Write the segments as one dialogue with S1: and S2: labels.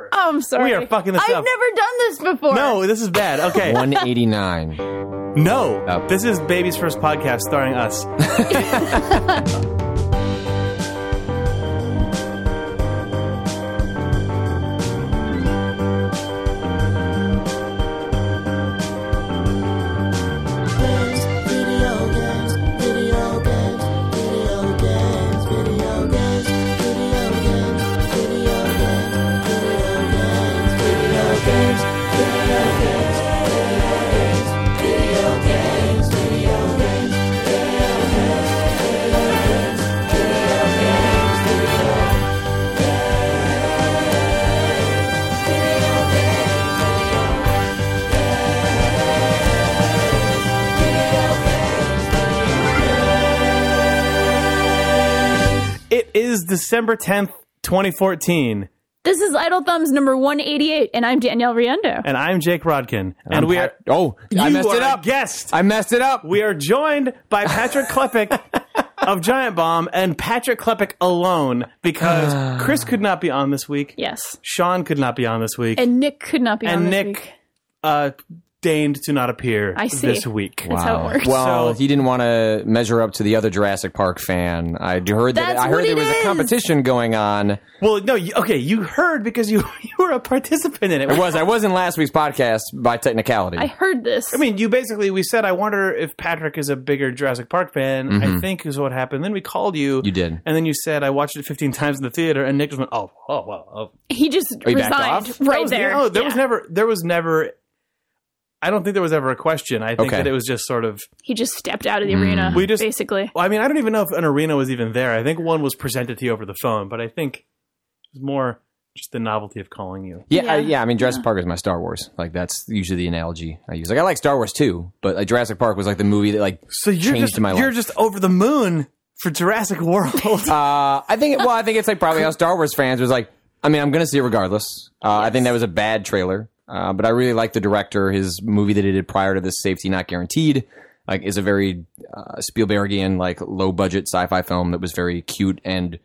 S1: Oh, I'm sorry.
S2: We are fucking this
S1: I've
S2: up.
S1: never done this before.
S2: No, this is bad. Okay.
S3: 189.
S2: No.
S3: Oh.
S2: This is Baby's first podcast starring us. It is December 10th, 2014,
S1: This is Idle Thumbs number 188, and I'm Danielle Riendo.
S2: and I'm Jake Rodkin. And we are.
S3: Oh, I
S2: You
S3: messed
S2: are
S3: it
S2: a
S3: up.
S2: Guest.
S3: I messed it up.
S2: We are joined by Patrick Klepek of Giant Bomb and Patrick Klepek alone because Chris could not be on this week.
S1: Yes.
S2: Sean could not be on this week.
S1: And Nick could not be on
S2: And
S1: this
S2: Nick
S1: week.
S2: uh, deigned to not appear
S1: I see.
S2: this week.
S1: That's how it works.
S3: Well,
S2: So-
S3: he didn't want to measure up to the other Jurassic Park fan. I d- heard that
S1: That's
S3: I heard
S1: what
S3: there
S1: it
S3: was a
S1: is.
S3: competition going on.
S2: Well, no, you, okay, you heard because you you were a participant in it.
S3: It was I was in last week's podcast by technicality.
S1: I heard this.
S2: I mean, you basically we said I wonder if Patrick is a bigger Jurassic Park fan. I think is what happened. Then we called you.
S3: Mm-hmm. You did.
S2: and then you said I watched it 15 times in the theater, and Nick just went, "Oh, oh, well, oh."
S1: he just
S3: you backed
S1: resigned
S3: off?
S2: That
S1: right
S2: was-
S1: there.
S2: No, there
S1: Yeah.
S2: was never. There was never. I don't think there was ever a question. I think
S3: Okay.
S2: that it was just sort of.
S1: he just stepped out of
S3: Hmm.
S1: the arena,
S2: We just-
S1: basically.
S2: Well, I mean, I don't even know if an arena was even there. I think one was presented to you over the phone, but I think it's more just the novelty of calling you.
S3: yeah, I,
S1: yeah, Uh-huh.
S3: yeah. I mean, Jurassic Park is my Star Wars. Like that's usually the analogy I use. Like I like Star Wars too, but like Jurassic Park was like the movie that like
S2: So you're
S3: changed
S2: just
S3: my life.
S2: you're just over the moon for Jurassic World.
S3: Uh, I think. Well, I think it's like probably how Star Wars fans was like. I mean, I'm gonna see it regardless. Uh, I think that was a bad trailer, uh, but I really like the director. His movie that he did prior to this, Safety Not Guaranteed, like is a very uh, Spielbergian, like low budget sci-fi film that was very cute and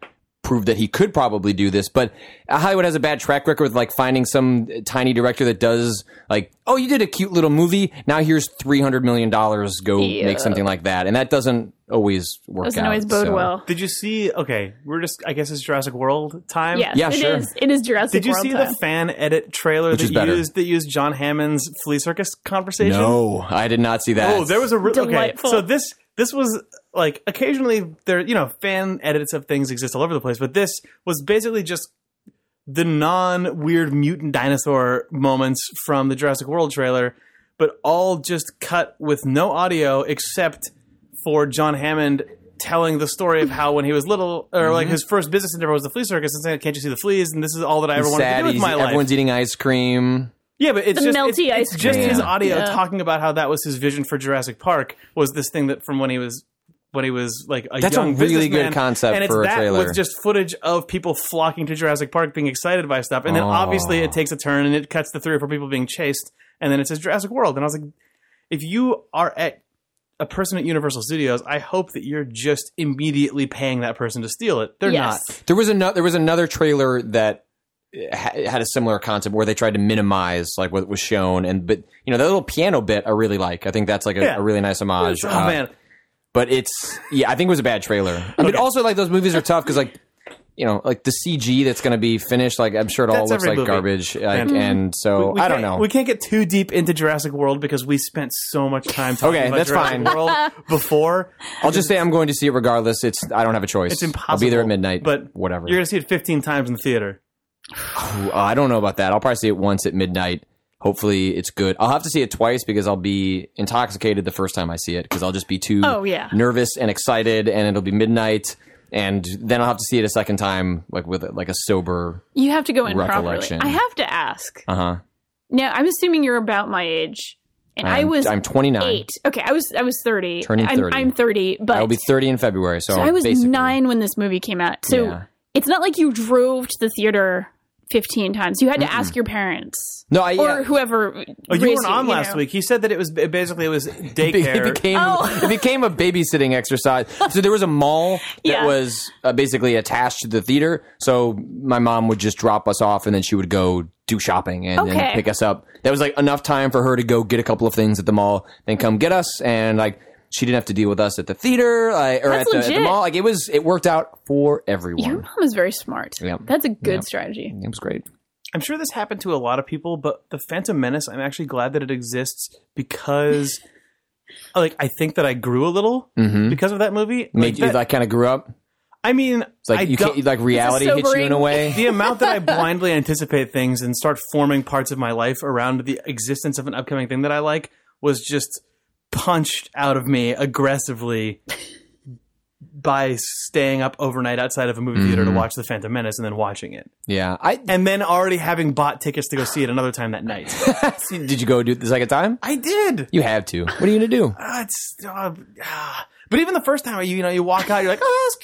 S3: proved that he could probably do this. But uh, Hollywood has a bad track record with like finding some tiny director that does like, oh, you did a cute little movie. Now here's three hundred million dollars. Go
S1: Yeah.
S3: make something like that, and that doesn't always work.
S1: Doesn't
S3: out,
S1: always bode
S3: so.
S1: well.
S2: Did you see? Okay, we're just. I guess it's Jurassic World time.
S1: Yes,
S3: Yeah,
S1: it
S3: sure.
S1: is. It is Jurassic
S2: Did you
S1: World
S2: see
S1: time.
S2: the fan edit trailer
S3: Which is
S2: that
S3: better.
S2: used that used John Hammond's flea circus conversation?
S3: No, I did not see that.
S2: Oh, there was a re- okay.
S1: Delightful.
S2: So this this was like occasionally there you know fan edits of things exist all over the place, but this was basically just the non weird mutant dinosaur moments from the Jurassic World trailer, but all just cut with no audio except for John Hammond telling the story of how when he was little or like
S3: Mm-hmm.
S2: his first business endeavor was the flea circus and saying can't you see the fleas and this is all that I ever wanted to
S3: sad.
S2: do with
S3: he's-
S2: my life
S3: Everyone's eating ice cream.
S2: yeah, but it's
S1: The
S2: just
S1: melty
S2: it's, it's
S1: ice
S2: just
S3: cream.
S2: his audio
S1: Yeah.
S2: talking about how that was his vision for Jurassic Park was this thing that from when he was when he was like a
S3: That's a
S2: young
S3: really good
S2: businessman.
S3: concept
S2: and it's
S3: for a
S2: that
S3: trailer.
S2: with just footage of people flocking to Jurassic Park being excited by stuff and then
S3: Oh.
S2: obviously it takes a turn and it cuts to three or four people being chased and then it says Jurassic World and I was like if you are at a person at Universal Studios I hope that you're just immediately paying that person to steal it they're
S1: yes.
S2: not
S3: There was another. There was another trailer that ha- had a similar concept where they tried to minimize like what was shown, and but you know that little piano bit I really like. I think that's like a,
S2: Yeah.
S3: a really nice homage.
S2: oh
S3: Uh,
S2: man
S3: but it's yeah, I think it was a bad trailer. I mean, also like those movies are tough because like. You know, like the CG that's going to be finished. Like I'm sure it all
S2: That's
S3: looks
S2: every
S3: like
S2: movie.
S3: garbage. Like,
S2: Mhm.
S3: and so
S2: We
S3: I
S2: can't-
S3: don't know.
S2: We can't get too deep into Jurassic World because we spent so much time talking
S3: Okay,
S2: about
S3: that's
S2: Jurassic
S3: fine.
S2: World before.
S3: I'll just say I'm going to see it regardless. It's I don't have a choice.
S2: It's impossible.
S3: I'll be there at midnight.
S2: But
S3: whatever.
S2: You're gonna see it 15 times in the theater.
S3: Ooh, uh, I don't know about that. I'll probably see it once at midnight. Hopefully, it's good. I'll have to see it twice because I'll be intoxicated the first time I see it because I'll just be too
S1: Oh, yeah.
S3: nervous and excited, and it'll be midnight. And then I'll have to see it a second time, like with like a sober.
S1: You have to go in properly.
S3: Recollection.
S1: I have to ask.
S3: Uh huh.
S1: Now, I'm assuming you're about my age, and I was
S3: I'm 29.
S1: eight. Okay, I was I was thirty.
S3: Turning
S1: I'm,
S3: 30.
S1: I'm thirty, but
S3: I'll be 30 in February, so,
S1: I was
S3: basically,
S1: nine when this movie came out. So
S3: Yeah.
S1: it's not like you drove to the theater 15 times. You had to ask your parents
S3: No, I-
S1: or
S3: yeah.
S1: whoever.
S2: Oh, you
S1: raised
S2: weren't on
S1: you
S2: last
S1: know.
S2: week. He said that it was basically it was
S3: It
S2: daycare.
S3: became
S1: Oh.
S3: it became a babysitting exercise. So there was a mall that
S1: Yeah.
S3: was uh, basically attached to the theater. So my mom would just drop us off, and then she would go do shopping and then
S1: Okay.
S3: pick us up. That was like enough time for her to go get a couple of things at the mall, then come get us, and like she didn't have to deal with us at the theater like, or at
S1: That's
S3: the, at the
S1: legit.
S3: mall. Like it was, it worked out for everyone.
S1: Your mom is very smart.
S3: Yeah.
S1: That's a good strategy.
S3: It was great.
S2: I'm sure this happened to a lot of people, but the Phantom Menace, I'm actually glad that it exists because, like, I think that I grew a little because of that movie.
S3: Made Mm-hmm. you
S2: that-
S3: like kind of grew up.
S2: I mean,
S3: It's like
S2: I
S3: you
S2: don't-
S3: can't like reality hits you in a
S1: sobering.
S3: way.
S2: the amount that I blindly anticipate things and start forming parts of my life around the existence of an upcoming thing that I like was just punched out of me aggressively by staying up overnight outside of a movie theater to
S1: Mm-hmm.
S2: watch The Phantom Menace and then watching it.
S3: Yeah, I
S2: And then already having bought tickets to go see it another time that night.
S3: did. You go do it the second time.
S2: I did.
S3: You have to. What are you gonna do?
S2: Ah, it's, ah, ah. But even the first time, you know, you walk out, you're like, oh, this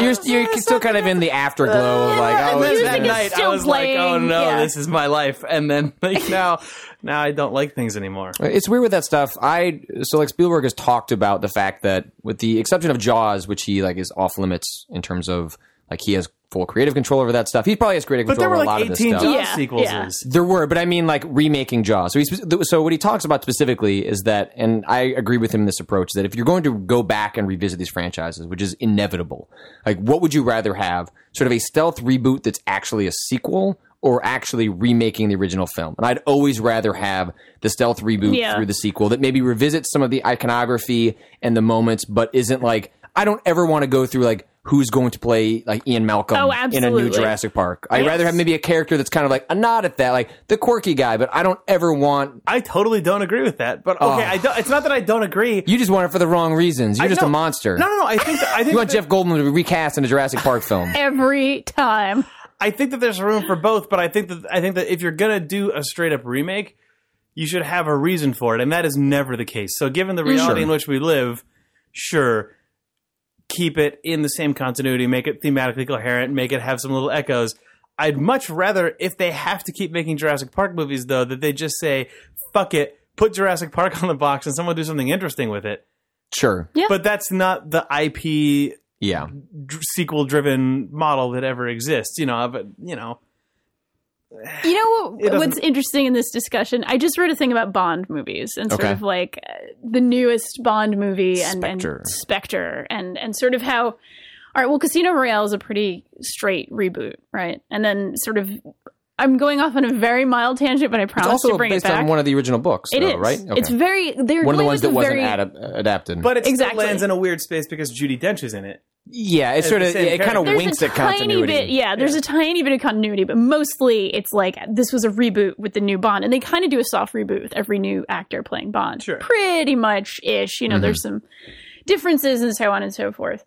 S2: guy's.
S3: You're, you're still kind of in the afterglow of like, oh,
S2: And then
S3: it's
S1: Music
S2: that
S1: is
S3: been-
S2: night, I
S1: still
S2: was
S1: playing,
S2: like, oh no,
S1: yeah.
S2: this is my life. And then like now, now I don't like things anymore.
S3: It's weird with that stuff. I so like Spielberg has talked about the fact that with the exception of Jaws, which he like is off limits in terms of like he has full creative control over that stuff. He probably has creative
S2: But there
S3: control
S2: were
S3: over a
S2: like
S3: lot of this
S2: 18
S3: stuff.
S2: Jaws
S1: Yeah,
S2: sequels.
S1: yeah.
S2: is-
S3: There were, but I mean, like remaking Jaws. So, he's, so what he talks about specifically is that, and I agree with him in this approach that if you're going to go back and revisit these franchises, which is inevitable, like what would you rather have? Sort of a stealth reboot that's actually a sequel, or actually remaking the original film? And I'd always rather have the stealth reboot
S1: Yeah.
S3: through the sequel that maybe revisits some of the iconography and the moments, but isn't like I don't ever want to go through like. Who's going to play like Ian Malcolm
S1: Oh,
S3: in a new
S1: absolutely.
S3: Jurassic Park? I'd rather
S1: Yes.
S3: have maybe maybe a character that's kind of like a nod at that, like the quirky guy. But I don't ever want
S2: I totally don't agree with that. But okay, I don't, it's not that I don't agree.
S3: you. Just want it for the wrong reasons. You're
S2: I
S3: just a
S2: know-
S3: monster.
S2: No, no, no. I think that, I think
S3: You want
S2: that,
S3: Jeff Goldblum to be recast in a Jurassic Park film.
S1: Every time.
S2: I think that there's room for both. But I think that I think that if you're gonna do a straight up remake, you should have a reason for it, and that is never the case. So given the reality
S3: Sure.
S2: in which we live, sure. Keep it in the same continuity, make it thematically coherent, make it have some little echoes. I'd much rather, if they have to keep making Jurassic Park movies, though, that they just say, fuck it, put Jurassic Park on the box and someone do something interesting with it.
S3: Sure.
S1: Yeah.
S2: But that's not the IP
S3: Yeah.
S2: sequel driven model that ever exists, you know. But you know,
S1: You know what,
S2: doesn't-
S1: what's interesting in this discussion? I just read a thing about Bond movies and sort
S3: Okay.
S1: of like uh, the newest Bond movie and
S3: Spectre.
S1: and Spectre and and sort of how. All right, well, Casino Royale is a pretty straight reboot, right? And then sort of, I'm going off on a very mild tangent, but I promise
S3: also
S1: to bring it
S3: based
S1: back.
S3: on one of the original books,
S1: it
S3: though,
S1: is
S3: right?
S1: It's very they're
S3: one of the
S1: going with
S3: ones that
S1: a
S3: wasn't
S1: very,
S3: adap- adapted.
S2: but it
S1: Exactly.
S2: still lands in a weird space because Judy Dench is in it.
S3: yeah, it's sort
S2: the
S3: of
S2: same
S3: it kind
S2: character.
S3: of
S1: there's
S3: winks
S1: a
S3: at
S1: tiny
S3: continuity.
S1: bit yeah there's a tiny bit of continuity but mostly it's like this was a reboot with the new bond and they kind of do a soft reboot with every new actor playing bond
S2: Sure.
S1: pretty much ish you know there's
S3: Mm-hmm.
S1: some differences and so on and so forth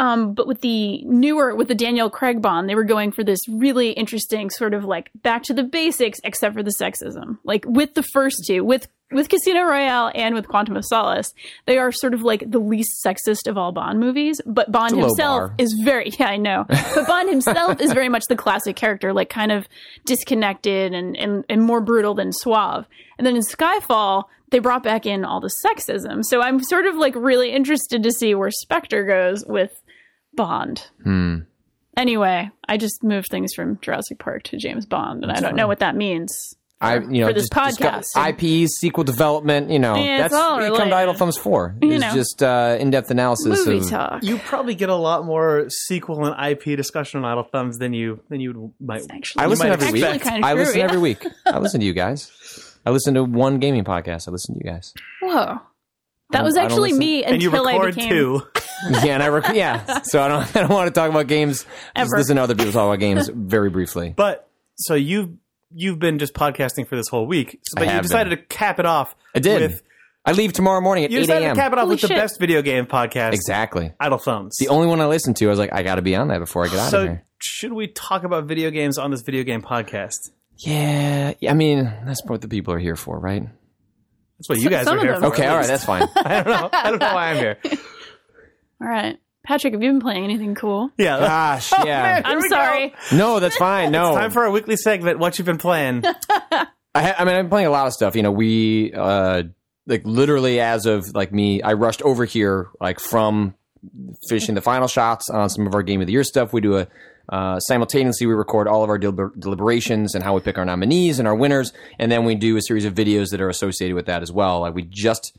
S1: um, but with the newer with the daniel craig bond they were going for this really interesting sort of like back to the basics except for the sexism like with the first two with with Casino Royale and with Quantum of Solace, they are sort of like the least sexist of all Bond movies. But Bond
S3: low
S1: himself
S3: bar.
S1: is very yeah i know but bond himself is very much the classic character like kind of disconnected and, and, and more brutal than suave and then in skyfall they brought back in all the sexism so i'm sort of like really interested to see where spectre goes with bond
S3: Hmm.
S1: anyway i just moved things from jurassic park to james bond and i don't know what that means
S3: I, you know,
S1: for this
S3: just- just got IPs, sequel development. You know,
S1: Yeah, it's
S3: that's
S1: all
S3: what you come to
S1: related.
S3: Idle Thumbs for.
S1: You
S3: It's
S1: know.
S3: just uh, in-depth analysis
S1: movie
S3: of
S1: talk
S2: You probably get a lot more sequel and IP discussion on Idle Thumbs than you than you might.
S1: actually
S3: I
S1: you
S3: listen
S1: might
S2: have
S3: every week.
S1: actually kind of
S3: I
S1: true,
S3: listen
S1: yeah.
S3: every week. I listen to you guys. I listen to one gaming podcast. I listen to you guys.
S1: whoa that was
S3: I don't
S1: actually
S3: listen.
S1: me
S2: And you
S1: until I
S2: record
S1: became
S2: too.
S3: Yeah, and I rec- yeah. So I don't. I don't want to talk about games. Just
S1: Ever.
S3: listen to other people talk about games very briefly.
S2: But so you've you've been just podcasting for this whole week, so,
S3: I
S2: but
S3: have
S2: you
S3: been.
S2: decided to cap it off.
S3: I did.
S2: With,
S3: I leave tomorrow morning at
S2: you
S3: eight
S2: decided to
S3: a.m.
S2: cap it off
S1: Holy
S2: with the
S1: shit.
S2: best video game podcast,
S3: exactly.
S2: Idle Thumbs.
S3: The only one I listened to. I was like, I got to be on that before I get out of
S2: so
S3: here.
S2: should we talk about video games on this video game podcast?
S3: Yeah. yeah, I mean, that's what the people are here for, right?
S2: That's what you guys
S1: some
S2: are
S1: of
S2: here
S1: them.
S2: for.
S3: Okay. All right. That's fine.
S2: I don't know. I don't know why I'm here.
S1: all right Patrick, have you been playing anything cool?
S2: Yeah.
S3: Gosh, yeah.
S2: man. Here
S1: I'm
S2: we go.
S1: sorry.
S3: No, that's fine. No,
S2: Time for our weekly segment. What you've been playing?
S3: I, ha- I mean, I'm playing a lot of stuff. You know, we uh, like literally as of like me, I rushed over here like from finishing the final shots on some of our game of the year stuff. We do a uh, simultaneously we record all of our deliber- deliberations and how we pick our nominees and our winners, and then we do a series of videos that are associated with that as well. Like we just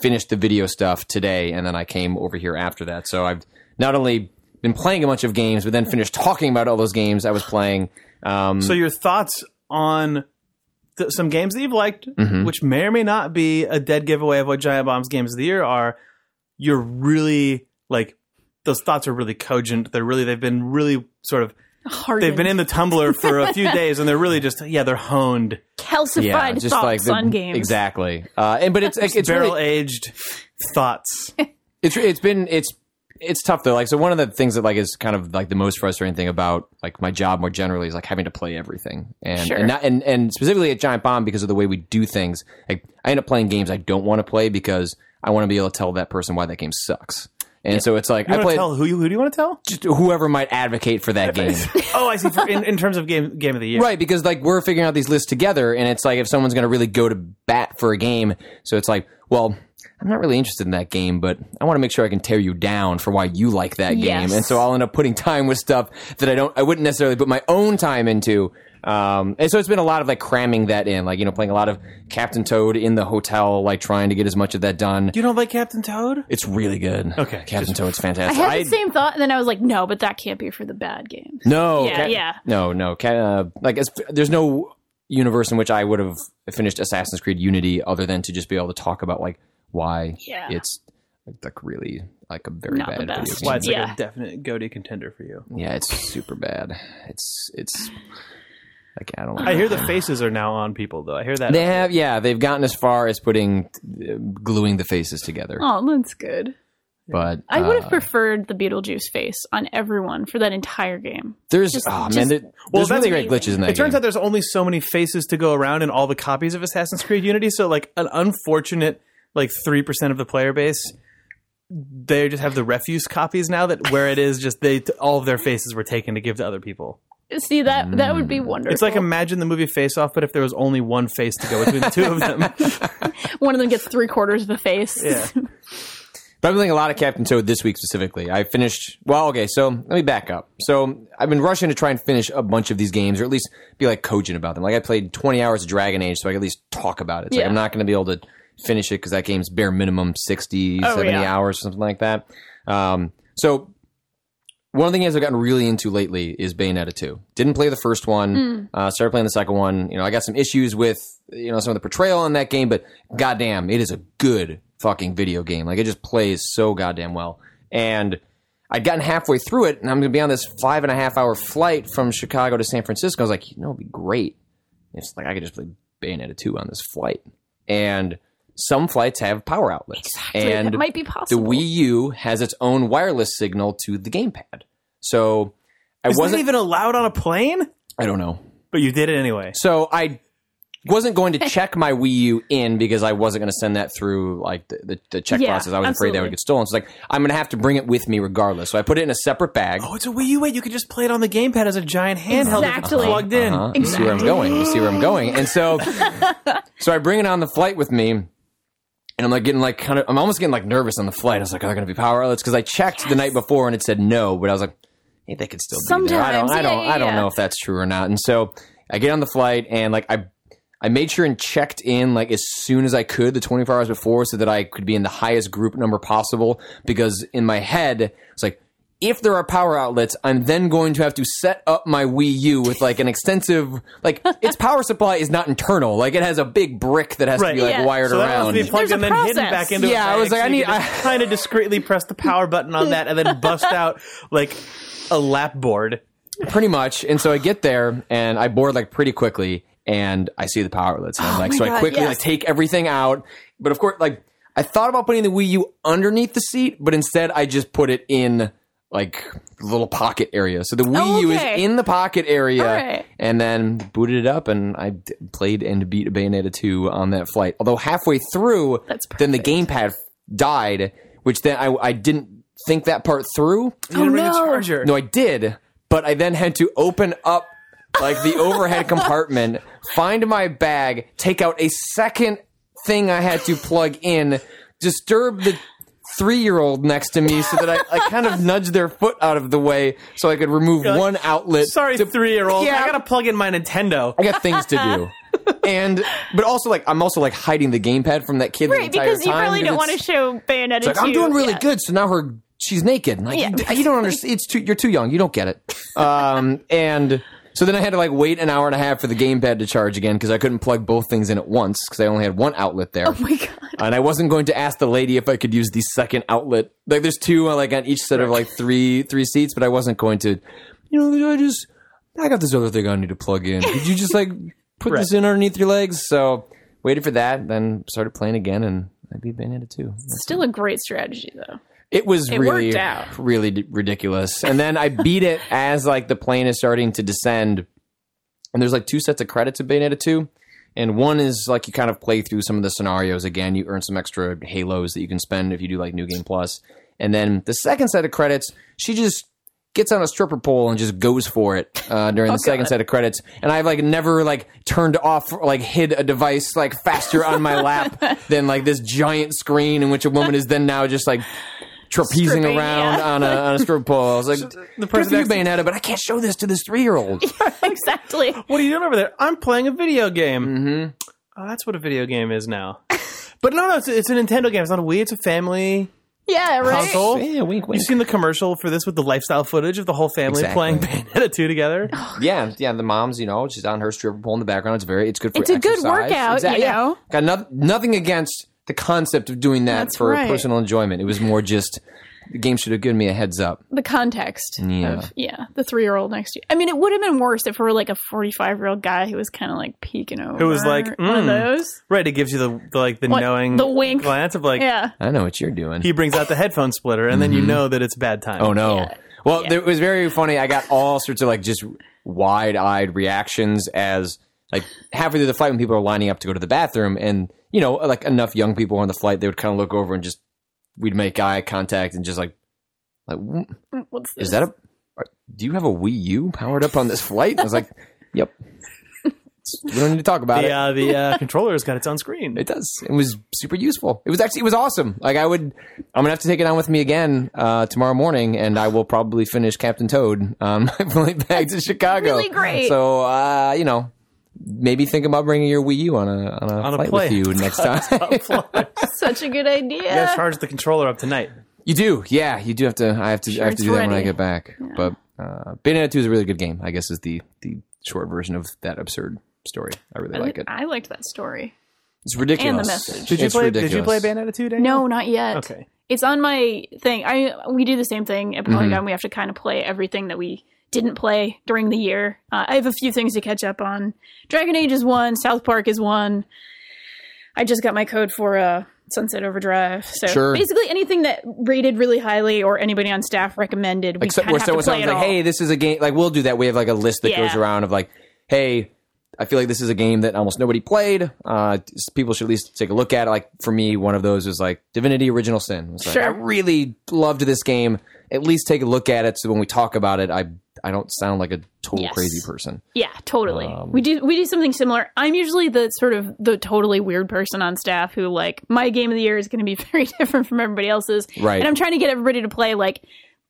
S3: finished the video stuff today, and then I came over here after that. So I've not only been playing a bunch of games, but then finished talking about all those games I was playing. Um,
S2: so your thoughts on th- some games that you've liked, which may or may not be a dead giveaway of what Giant Bomb's games of the year are. You're really like those thoughts are really cogent. They're really they've been really sort of
S1: Hardened,
S2: they've been in the tumbler for a few days, and they're really just yeah they're honed,
S1: calcified thoughts on games.
S3: Exactly. Uh, and but it's it's, it's
S2: barrel
S3: really,
S2: aged thoughts.
S3: it's it's been it's it's tough though. Like so, one of the things that like is kind of like the most frustrating thing about like my job more generally is like having to play everything and
S1: Sure.
S3: and, not, and and specifically at Giant Bomb because of the way we do things. Like I end up playing games I don't want to play because I want to be able to tell that person why that game sucks. And so it's like
S2: You
S3: I
S2: want to
S3: play
S2: tell who you who do you want to tell?
S3: just whoever might advocate for that game.
S2: Oh, I see. For, in, in terms of game game of the year,
S3: Right, because like we're figuring out these lists together, and it's like if someone's going to really go to bat for a game, so it's like, well, I'm not really interested in that game, but I want to make sure I can tear you down for why you like that
S1: Yes.
S3: game, and so I'll end up putting time with stuff that I don't, I wouldn't necessarily put my own time into. Um, and so it's been a lot of like cramming that in, like you know, playing a lot of Captain Toad in the hotel, like trying to get as much of that done.
S2: You don't like Captain Toad?
S3: It's really good.
S2: Okay,
S3: Captain
S2: just-
S3: Toad's
S1: I
S3: fantastic.
S1: had
S3: I-
S1: the same thought, and then I was like, no, but that can't be for the bad games.
S3: No,
S1: Yeah,
S3: Cat-
S1: yeah.
S3: no, no. Cat- uh, like, it's, there's no universe in which I would have finished Assassin's Creed Unity other than to just be able to talk about like why
S1: Yeah.
S3: it's like really like a very
S1: Not the
S3: bad video
S1: best.
S3: game.
S2: Why it's like
S1: Yeah.
S2: a definite goatee contender for you.
S3: Yeah, it's super bad. It's it's like I don't. Like
S2: I
S3: it.
S2: hear the faces are now on people though. I hear that.
S3: They have yeah, they've gotten as far as putting uh, gluing the faces together,
S1: Oh, that's good.
S3: but
S1: I would
S3: uh,
S1: have preferred the Beetlejuice face on everyone for that entire game.
S3: there's
S1: just-
S3: oh, man,
S1: just-
S3: there,
S2: Well,
S3: there's really
S2: that's-
S3: great glitches in that.
S2: It turns
S3: game.
S2: out there's only so many faces to go around in all the copies of Assassin's Creed Unity. So like an unfortunate like three percent of the player base, they just have the refuse copies now that where it is just they all of their faces were taken to give to other people.
S1: See that that would
S3: Hmm.
S1: be wonderful.
S2: It's like imagine the movie Face Off, but if there was only one face to go between the two of them.
S1: one of them gets three quarters of a face.
S2: Yeah.
S3: But I've been playing a lot of Captain Toad this week specifically. I finished. Well, okay, so let me back up. So I've been rushing to try and finish a bunch of these games, or at least be like cogent about them. Like I played 20 hours of Dragon Age, so I can at least talk about it. It's
S1: Yeah.
S3: Like I'm not going to be able to finish it because that game's bare minimum 60,
S1: Oh,
S3: 70
S1: yeah.
S3: hours, something like that. Um, so one of the games I've gotten really into lately is Bayonetta 2. Didn't play the first one.
S1: Hmm.
S3: Uh, started playing the second one. You know, I got some issues with you know some of the portrayal in that game, but goddamn, it is a good fucking video game. Like it just plays so goddamn well. And I'd gotten halfway through it, and I'm gonna be on this five and a half hour flight from Chicago to San Francisco. I was like, you know, it'd be great. It's like I could just play Bayonetta 2 on this flight. And some flights have power outlets.
S1: Like,
S3: And
S1: that might be possible.
S3: the Wii U has its own wireless signal to the gamepad. So I
S2: Is
S3: wasn't
S2: it even allowed on a plane?
S3: I don't know.
S2: But you did it anyway.
S3: So I wasn't going to check my Wii U in because I wasn't going to send that through like the, the, the check
S1: Yeah,
S3: process. I was afraid that
S1: absolutely.
S3: would get stolen. So it's like I'm going to have to bring it with me regardless. So I put it in a separate bag.
S2: Oh, it's a Wii U. Wait, you could just play it on the gamepad as a giant handheld if it's
S1: Exactly.
S2: plugged in.
S3: Uh-huh. You see where I'm going. You see where I'm going. And so, so I bring it on the flight with me, and I'm like getting like kind of, I'm almost getting like nervous on the flight. I was like, are there going to be power outlets? Because I checked the night before and it said no, but I was like, hey, they could still be there. I don't,
S1: Sometimes.
S3: I don't,
S1: Yeah, yeah,
S3: I don't
S1: yeah.
S3: know if that's true or not. And so I get on the flight and like I. I made sure and checked in like as soon as I could the 24 hours before so that I could be in the highest group number possible because in my head it's like if there are power outlets, I'm then going to have to set up my Wii U with like an extensive like its power supply is not internal. Like it has a big brick that has to
S2: Right.
S3: be like
S1: Yeah.
S3: wired
S2: So that
S3: around.
S2: must be plugged
S1: There's
S2: and
S1: a
S2: then hidden
S1: process.
S2: back into.
S3: Yeah,
S2: a
S3: I was
S2: bag,
S3: like, I need- I-
S2: kind of discreetly press the power button on that, and then bust out like a lap board.
S3: pretty much. And so I get there and I board like pretty quickly and I see the power outlets. And I'm like,
S1: Oh my
S3: so I
S1: God,
S3: quickly
S1: yes.
S3: like take everything out. But of course, like I thought about putting the Wii U underneath the seat, but instead I just put it in like the little pocket area. So the Wii
S1: Oh,
S3: U is
S1: okay.
S3: in the pocket area
S1: All right.
S3: and then booted it up and I d- played and beat Bayonetta 2 on that flight. Although halfway through,
S1: That's
S3: then the gamepad died, which then I, I didn't think that part through.
S2: You didn't bring a
S1: Oh, no.
S2: charger.
S3: No, I did, but I then had to open up like the overhead compartment, find my bag, take out a second thing I had to plug in, disturb the three-year-old next to me so that I, I kind of nudged their foot out of the way so I could remove
S2: like,
S3: one outlet.
S2: Sorry,
S3: to-
S2: three year old.
S3: Yeah.
S2: I gotta plug in my Nintendo.
S3: I got things to do. And but also like I'm also like hiding the gamepad from that kid the
S1: Right,
S3: entire
S1: because you
S3: time,
S1: really
S3: and
S1: don't
S3: it's-
S1: want to show Bayonetta.
S3: it's like I'm doing really
S1: yeah.
S3: good, so now her she's naked. And, Like
S1: Yeah.
S3: you, you don't understand. It's too you're too young. You don't get it. Um, and so then I had to like wait an hour and a half for the gamepad to charge again because I couldn't plug both things in at once because I only had one outlet there.
S1: Oh my god!
S3: and I wasn't going to ask the lady if I could use the second outlet. Like there's two uh, like on each set of like three three seats, but I wasn't going to. You know, I just I got this other thing I need to plug in. Could you just like put this in underneath your legs? So waited for that, then started playing again, and I beat Bayonetta two.
S1: Still a great strategy though.
S3: It was
S1: It
S3: really,
S1: worked out.
S3: really d- ridiculous. And then I beat it as like the plane is starting to descend. And there's like two sets of credits of Bayonetta 2. And one is like you kind of play through some of the scenarios again. You earn some extra halos that you can spend if you do like New Game Plus. And then the second set of credits, she just gets on a stripper pole and just goes for it uh, during the
S1: Oh,
S3: second set of credits. And I've like never like turned off or like hid a device like faster on my lap than like this giant screen in which a woman is then now just like trapezing
S1: Stripping,
S3: around
S1: yeah. uh,
S3: on a on a strip pole. I was like, the
S2: the
S3: person
S2: person
S3: you
S2: next to-
S3: Bayonetta, but I can't show this to this three year old.
S1: exactly.
S2: What are you doing over there? I'm playing a video game. Mm-hmm. Oh, that's what a video game is now. but no, no, it's, it's a Nintendo game. It's not a Wii. It's a family
S1: Yeah, right.
S2: console.
S3: Yeah, wink, wink.
S2: You've seen the commercial for this with the lifestyle footage of the whole family
S3: Exactly.
S2: playing Bayonetta 2 together.
S3: Yeah, yeah. The mom's, you know, she's on her stripper pole in the background. It's very, it's good for.
S1: It's a good
S3: exercise.
S1: workout,
S3: Exact-
S1: you
S3: yeah.
S1: know?
S3: Got no, nothing against the concept of doing that
S1: That's
S3: for
S1: right.
S3: personal enjoyment. It was more just the game should have given me a heads up.
S1: The context
S3: Yeah.
S1: of yeah, the three year old next to you. I mean, it would have been worse if we were like a forty five year old guy who was kind of like peeking over.
S2: Who was like,
S1: one
S3: hmm.
S1: of
S2: mm.
S1: those?
S2: Right, it gives you the, the like the
S1: What-
S2: knowing
S1: the wink.
S2: glance of like
S1: Yeah.
S3: I know what you're doing.
S2: he brings out the headphone splitter and then you know that it's bad time.
S3: Mm-hmm. Oh no. Well,
S1: Yeah.
S3: there- it was very funny. I got all sorts of like just wide-eyed reactions as like halfway through the flight when people are lining up to go to the bathroom, and you know, like enough young people on the flight, they would kind of look over and just we'd make eye contact and just like, like, "Mm,
S1: What's this?
S3: is that a? are- Do you have a Wii U powered up on this flight? And I was like, yep. We don't need to talk about
S2: The
S3: it.
S2: uh, the uh, controller's got its own screen.
S3: It does. It was super useful. It was actually it was awesome. Like I would, I'm gonna have to take it on with me again uh, tomorrow morning, and I will probably finish Captain Toad on my flight back to Chicago.
S1: really great.
S3: So uh, you know, maybe think about bringing your Wii U on a on a,
S2: On a
S3: flight with
S2: plane.
S3: you next time.
S1: Such a good idea.
S2: You gotta charge the controller up tonight.
S3: you do, yeah. You do have to. I have to. I have to
S1: it's
S3: do that when I
S1: ready.
S3: get back. But uh, Bayonetta Two is a really good game. I guess is the the short version of that absurd story. I really like it.
S1: I liked that story.
S3: It's ridiculous.
S1: message.
S2: Did you
S3: It's
S2: play
S3: Ridiculous.
S2: did you play Bayonetta 2 Daniel?
S1: No, not yet.
S2: Okay.
S1: It's on my thing. I we do the same thing at Polygon.
S3: Mm-hmm.
S1: We have to kind of play everything that we didn't play during the year. Uh, I have a few things to catch up on. Dragon Age is one. South Park is one. I just got my code for uh, Sunset Overdrive. So
S3: Sure.
S1: basically anything that rated really highly or anybody on staff recommended, we
S3: except
S1: kind
S3: where
S1: of have to
S3: someone
S1: play
S3: someone's
S1: it
S3: like,
S1: all.
S3: "Hey, this is a game." Like we'll do that. We have like a list that
S1: Yeah.
S3: goes around of like, "Hey, I feel like this is a game that almost nobody played. Uh, s- people should at least take a look at it." Like for me, one of those was like Divinity: Original Sin. It was like,
S1: Sure.
S3: I really loved this game. At least take a look at it, so when we talk about it, I I don't sound like a total
S1: Yes.
S3: crazy person.
S1: Yeah, totally.
S3: Um,
S1: we do we do something similar. I'm usually the sort of the totally weird person on staff who like my game of the year is going to be very different from everybody else's.
S3: Right.
S1: And I'm trying to get everybody to play like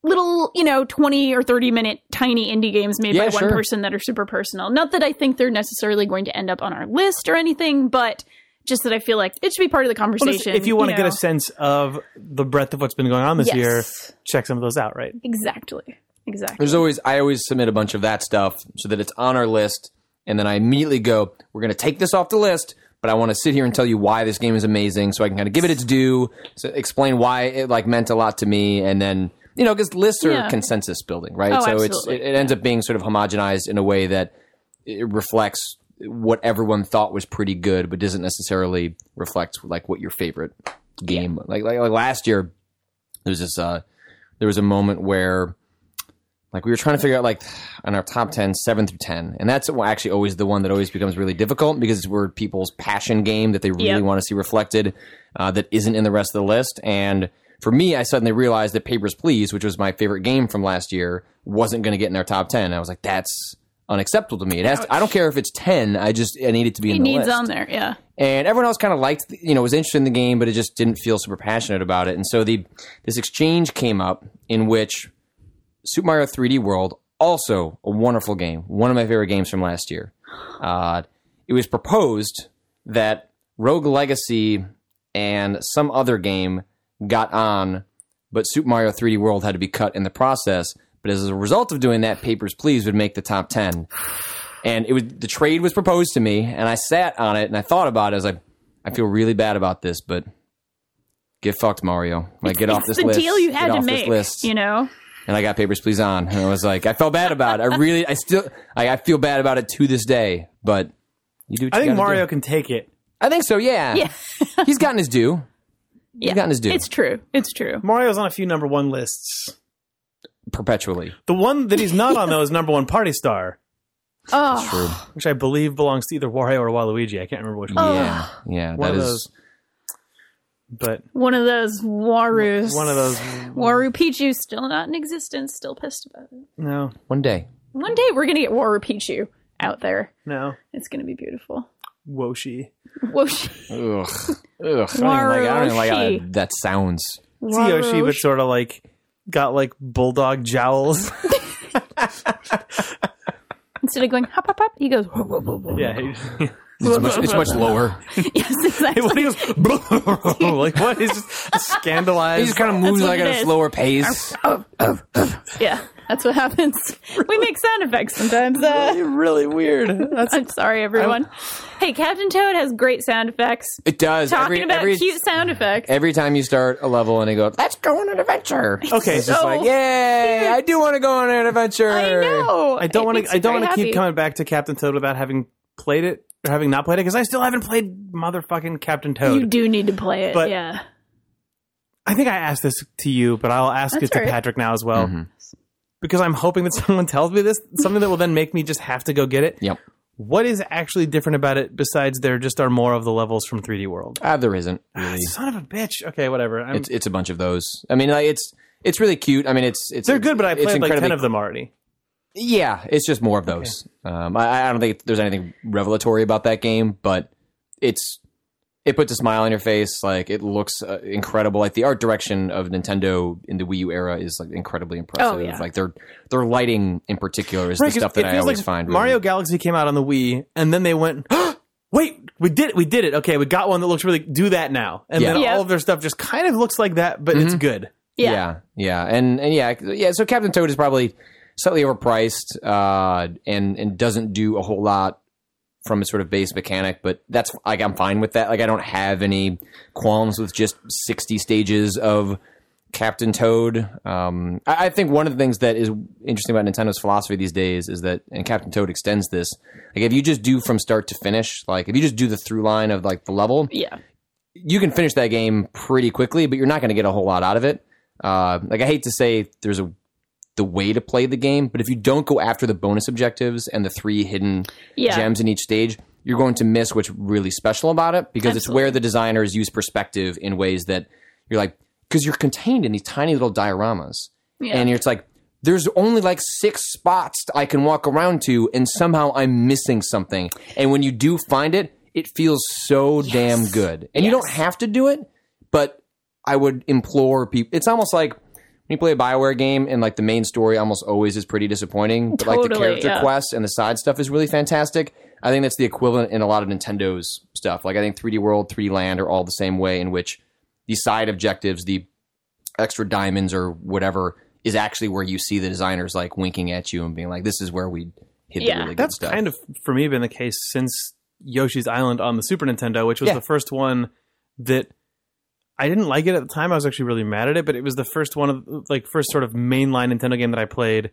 S1: little, you know, 20 or 30 minute tiny indie games made
S3: Yeah,
S1: by one
S3: sure.
S1: person that are super personal. Not that I think they're necessarily going to end up on our list or anything, but just that I feel like it should be part of the
S2: Well,
S1: conversation.
S2: if you want to
S1: know.
S2: get a sense of the breadth of what's been going on this
S1: Yes.
S2: year, check some of those out, right?
S1: Exactly. Exactly.
S3: There's always I always submit a bunch of that stuff so that it's on our list, and then I immediately go, "We're going to take this off the list." But I want to sit here and tell you why this game is amazing, so I can kind of give it its due, so explain why it like meant a lot to me, and then you know because lists are
S1: Yeah.
S3: consensus building, right?
S1: Oh,
S3: so it's
S1: absolutely.
S3: it, it ends up being sort of homogenized in a way that it reflects what everyone thought was pretty good, but doesn't necessarily reflect like what your favorite game. Like, like like last year, there was this uh, there was a moment where like we were trying to figure out like on our top 10 7 through 10 and that's actually always the one that always becomes really difficult because we're people's passion game that they really
S1: Yep.
S3: want to see reflected uh, that isn't in the rest of the list and for me, I suddenly realized that Papers, Please, which was my favorite game from last year, wasn't going to get in our top 10. And I was like, that's unacceptable to me. It has to, I don't care if it's 10. I just, I need it to be
S1: It
S3: in the
S1: needs
S3: list.
S1: on there. Yeah.
S3: and everyone else kind of liked, the- you know, was interested in the game, but it just didn't feel super passionate about it. And so the this exchange came up in which Super Mario 3D World, also a wonderful game, one of my favorite games from last year. Uh, it was proposed that Rogue Legacy and some other game got on, but Super Mario 3D World had to be cut in the process. But as a result of doing that, Papers, Please would make the top 10 and it was the trade was proposed to me, and I sat on it and I thought about it. I was like, I feel really bad about this, but get fucked, Mario. Like get off
S1: it's
S3: this
S1: the
S3: list.
S1: deal you
S3: Get
S1: had to
S3: off this
S1: make.
S3: list.
S1: You know,
S3: And I got papers, please on. And I was like, I felt bad about it. I really, I still, I, I feel bad about it to this day. But you do. What
S2: I
S3: you
S2: think
S3: gotta
S2: Mario
S3: Do.
S2: can take it.
S3: I think so. Yeah.
S1: Yeah.
S3: He's gotten his due.
S1: yeah,
S3: gotten his due.
S1: It's true. It's true.
S2: Mario's on a few number one lists.
S3: Perpetually.
S2: The one that he's not on though is number one Party Star,
S1: Oh,
S3: True.
S2: which I believe belongs to either Wario or Waluigi. I can't remember which one.
S1: Oh.
S3: Yeah. Yeah.
S2: one
S3: that
S2: of
S3: is.
S2: those. But
S1: one of those Warus.
S2: one of those.
S1: Waru Pichu still not in existence. Still pissed about it.
S2: No,
S3: One day.
S1: One day we're gonna get Waru Pichu out there.
S2: no.
S1: It's gonna be beautiful.
S2: Woshi.
S1: Whoosh.
S3: Ugh. Ugh. I don't even like, Oh I don't even like how
S1: Waroshi.
S3: that sounds.
S2: It's Yoshi, but sort of like got like bulldog jowls.
S1: Instead of going hop hop hop, he goes. "Whoa, whoa, whoa, whoa."
S2: yeah. he-
S3: It's much, it's much lower.
S1: Yes, exactly.
S2: what he goes like what? He's just
S3: He
S2: scandalized.
S3: just kind of moves
S1: what
S3: like at
S1: it
S3: a
S1: is.
S3: slower pace.
S1: Yeah, that's what happens. We make sound effects sometimes. Uh,
S2: really weird.
S1: I'm sorry, everyone. Hey, Captain Toad has great sound effects.
S3: It does.
S1: Talking
S3: every,
S1: about
S3: every,
S1: cute sound effects.
S3: every time you start a level and they go, let's go on an adventure.
S2: Okay,
S1: so
S3: Like, yay! I do want to go on an adventure.
S1: I know.
S2: I don't
S1: It
S2: want
S1: makes
S2: to. I
S1: me
S2: don't
S1: very
S2: want to keep
S1: happy.
S2: coming back to Captain Toad without having played it or having not played it because I still haven't played motherfucking Captain Toad.
S1: You do need to play it.
S2: But-
S1: yeah.
S2: I think I asked this to you, but I'll ask
S1: That's
S2: it to
S1: all right.
S2: Patrick now as well because I'm hoping that someone tells me this something that will then make me just have to go get it.
S3: Yep.
S2: What is actually different about it besides there just are more of the levels from 3D World?
S3: Ah, there isn't really.
S2: Son of a bitch. Okay, whatever. I'm,
S3: It's it's a bunch of those. I mean, like, it's it's really cute. I mean, it's it's
S2: they're good, but I
S3: it's
S2: played like
S3: incredibly-
S2: ten of them already.
S3: Yeah, it's just more of those. Um, I, I don't think there's anything revelatory about that game, but it's it puts a smile on your face. Like it looks uh, incredible. Like the art direction of Nintendo in the Wii U era is like incredibly
S1: Oh,
S3: impressive.
S1: yeah.
S3: Like their their lighting in particular is
S2: Right,
S3: the
S2: 'cause
S3: stuff that
S2: it
S3: I
S2: feels
S3: always
S2: like
S3: find. really-
S2: Mario Galaxy came out on the Wii, and then they went, "Wait, we did it! We did it! Okay, we got one that looks really do that now." And
S3: Yeah. Mm-hmm.
S2: then
S1: Yeah.
S2: all of their stuff just kind of looks like that, but it's good.
S1: Yeah.
S3: yeah, yeah. and and yeah, yeah. So Captain Toad is probably slightly overpriced, uh, and and doesn't do a whole lot from its sort of base mechanic. But that's like I'm fine with that. Like I don't have any qualms with just 60 stages of Captain Toad. Um, I, I think one of the things that is interesting about Nintendo's philosophy these days is that, and Captain Toad extends this. Like if you just do from start to finish, like if you just do the through line of like the level,
S1: Yeah.
S3: you can finish that game pretty quickly, but you're not going to get a whole lot out of it. Uh, like I hate to say, there's a the way to play the game, but if you don't go after the bonus objectives and the three hidden
S1: Yeah.
S3: gems in each stage, you're going to miss what's really special about it because it's where the designers use perspective in ways that you're like because you're contained in these tiny little dioramas,
S1: Yeah.
S3: and you're, it's like there's only like six spots I can walk around to, and somehow I'm missing something. And when you do find it, it feels so damn good. And you don't have to do it, but I would implore people. It's almost like when you play a Bioware game and like the main story almost always is pretty disappointing, but like the
S1: Totally,
S3: character
S1: yeah.
S3: quests and the side stuff is really fantastic. I think that's the equivalent in a lot of Nintendo's stuff. Like I think 3D World, 3D Land are all the same way in which the side objectives, the extra diamonds or whatever, is actually where you see the designers like winking at you and being like, "This is where we hit
S1: Yeah.
S3: the really good
S2: That's
S3: stuff."
S2: kind of for me been the case since Yoshi's Island on the Super Nintendo, which was
S3: Yeah.
S2: the first one that I didn't like it at the time. I was actually really mad at it, but it was the first one of like first sort of mainline Nintendo game that I played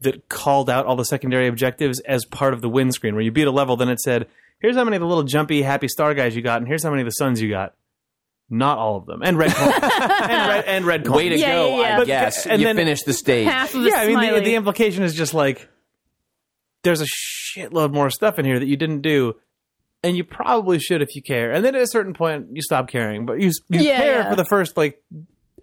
S2: that called out all the secondary objectives as part of the win screen where you beat a level then it said, "Here's how many of the little jumpy happy star guys you got and here's how many of the suns you got." Not all of them. And red coins. and red and red coins.
S3: way to
S1: Yeah,
S3: go!
S1: yeah, yeah.
S3: I
S1: But-
S3: guess
S2: and
S3: you
S2: then-
S3: finished the stage.
S1: Half of a
S2: yeah, I mean, the,
S1: smiley.
S2: the implication is just like there's a shitload more stuff in here that you didn't do, and you probably should if you care. And then at a certain point, you stop caring, but you you
S1: Yeah,
S2: care
S1: yeah.
S2: for the first like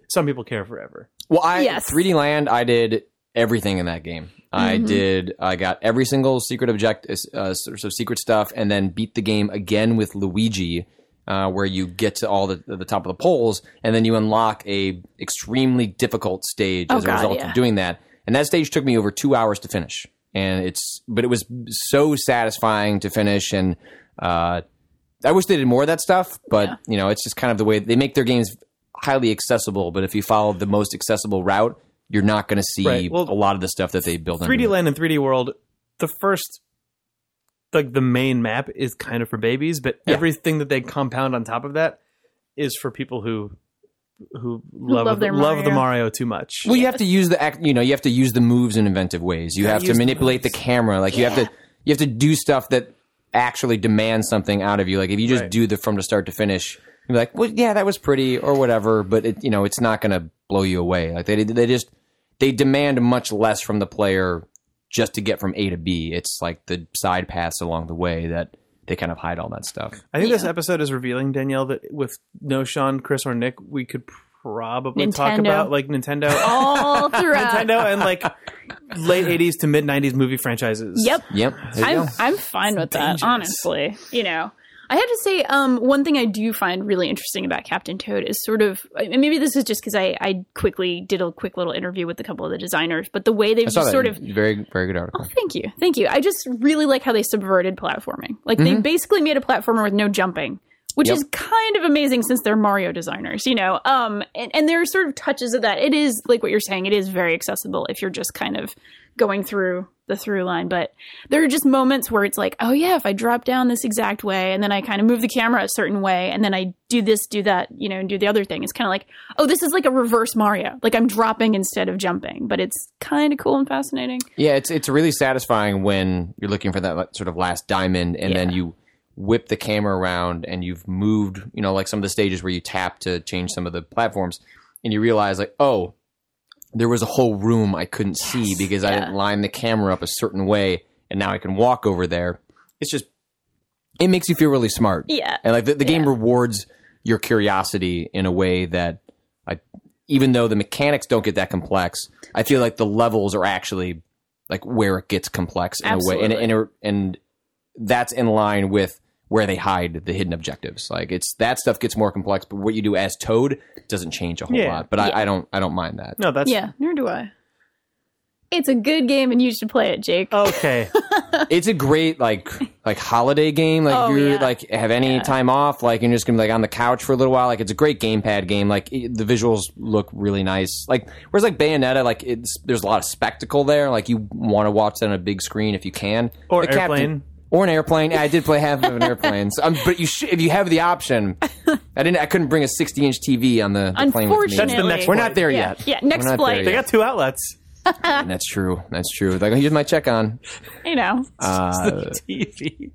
S2: some people care forever.
S3: Well, I
S1: Yes. Mm-hmm.
S3: 3D Land, I did everything in that game. I did. I got every single secret object, uh, so so secret stuff, and then beat the game again with Luigi, uh, where you get to all the the top of the poles, and then you unlock a extremely difficult stage as a
S1: Oh, God,
S3: result
S1: yeah.
S3: of doing that. And that stage took me over two hours to finish, and it's but it was so satisfying to finish, and uh, I wish they did more of that stuff, but you know, it's just kind of the way they make their games highly accessible. But if you follow the most accessible route, you're not going to see
S2: Right, well,
S3: a lot of the stuff that they build.
S2: 3D
S3: under.
S2: Land and 3D World, the first, like the main map is kind of for babies, but
S3: Yeah.
S2: everything that they compound on top of that is for people who who, love
S1: love their
S2: love the
S1: Mario.
S2: Mario too much.
S3: Well, you have to use the act. You know, you have to use the moves in inventive ways. You have to
S2: use the
S3: manipulate the, camera. Like you have to you have to do stuff that actually demands something out of you. Like if you just
S2: Right.
S3: do the from the start to finish, you're like, well, yeah, that was pretty or whatever. But it, you know, it's not going to blow you away. Like they they just they demand much less from the player just to get from A to B. It's like the side paths along the way that they kind of hide all that stuff.
S2: I think this episode is revealing Danielle that with no Sean, Chris, or Nick, we could probably talk
S1: Nintendo.
S2: about like Nintendo,
S1: all throughout.
S2: Nintendo, and like late '80s to mid '90s movie franchises.
S1: Yep.
S3: Yep. there you
S1: I'm
S3: go.
S1: I'm fine with that,
S2: dangerous.
S1: honestly. You know, I have to say, um, one thing I do find really interesting about Captain Toad is sort of, and maybe this is just because I I quickly did a quick little interview with a couple of the designers, but the way they've
S3: I saw
S1: just
S3: that
S1: sort of
S3: very very good article.
S1: Thank you. Thank you. I just really like how they subverted platforming. Like they basically made a platformer with no jumping, which
S3: Yep.
S1: is kind of amazing since they're Mario designers, you know. Um and, and there are sort of touches of that. It is like what you're saying, it is very accessible if you're just kind of going through the through line. But there are just moments where it's like, oh yeah, if I drop down this exact way and then I kind of move the camera a certain way and then I do this, do that, you know, and do the other thing. It's kinda like, oh, this is like a reverse Mario. Like I'm dropping instead of jumping. But it's kinda cool and fascinating.
S3: Yeah, it's it's really satisfying when you're looking for that like, sort of last diamond, and then you whip the camera around, and you've moved. You know, like some of the stages where you tap to change some of the platforms, and you realize like, oh, there was a whole room I couldn't see because I didn't line the camera up a certain way, and now I can walk over there. It's just it makes you feel really smart.
S1: Yeah.
S3: and like the, the game rewards your curiosity in a way that like even though the mechanics don't get that complex, I feel like the levels are actually like where it gets complex in a way, and, and and that's in line with where they hide the hidden objectives. Like it's that stuff gets more complex, but what you do as Toad doesn't change a whole
S2: Yeah.
S3: lot. But I, I don't I don't mind that.
S2: No, that's
S1: Yeah, nor do I. It's a good game and you should play it, Jake.
S3: Oh,
S2: okay.
S3: It's a great like like holiday game. Like
S1: Oh,
S3: if you
S1: yeah.
S3: like have any time off, like you're just gonna be like on the couch for a little while. Like it's a great gamepad game. Like it, the visuals look really nice. Like whereas like Bayonetta, like it's there's a lot of spectacle there. Like you want to watch that on a big screen if you can,
S2: Or
S3: The captain-
S2: airplane.
S3: or an airplane. Yeah, I did play half of an airplane, so, um, but you should, if you have the option. I didn't. I couldn't bring a 60 inch TV on the, the plane with me.
S1: Unfortunately,
S2: That's the next
S3: We're not there
S1: yeah.
S3: yet.
S1: Yeah, next
S3: We're not there
S1: flight.
S2: They
S3: yet.
S2: got two outlets.
S3: That's true. That's true. Like here's my check on.
S1: You know,
S3: Uh,
S2: TV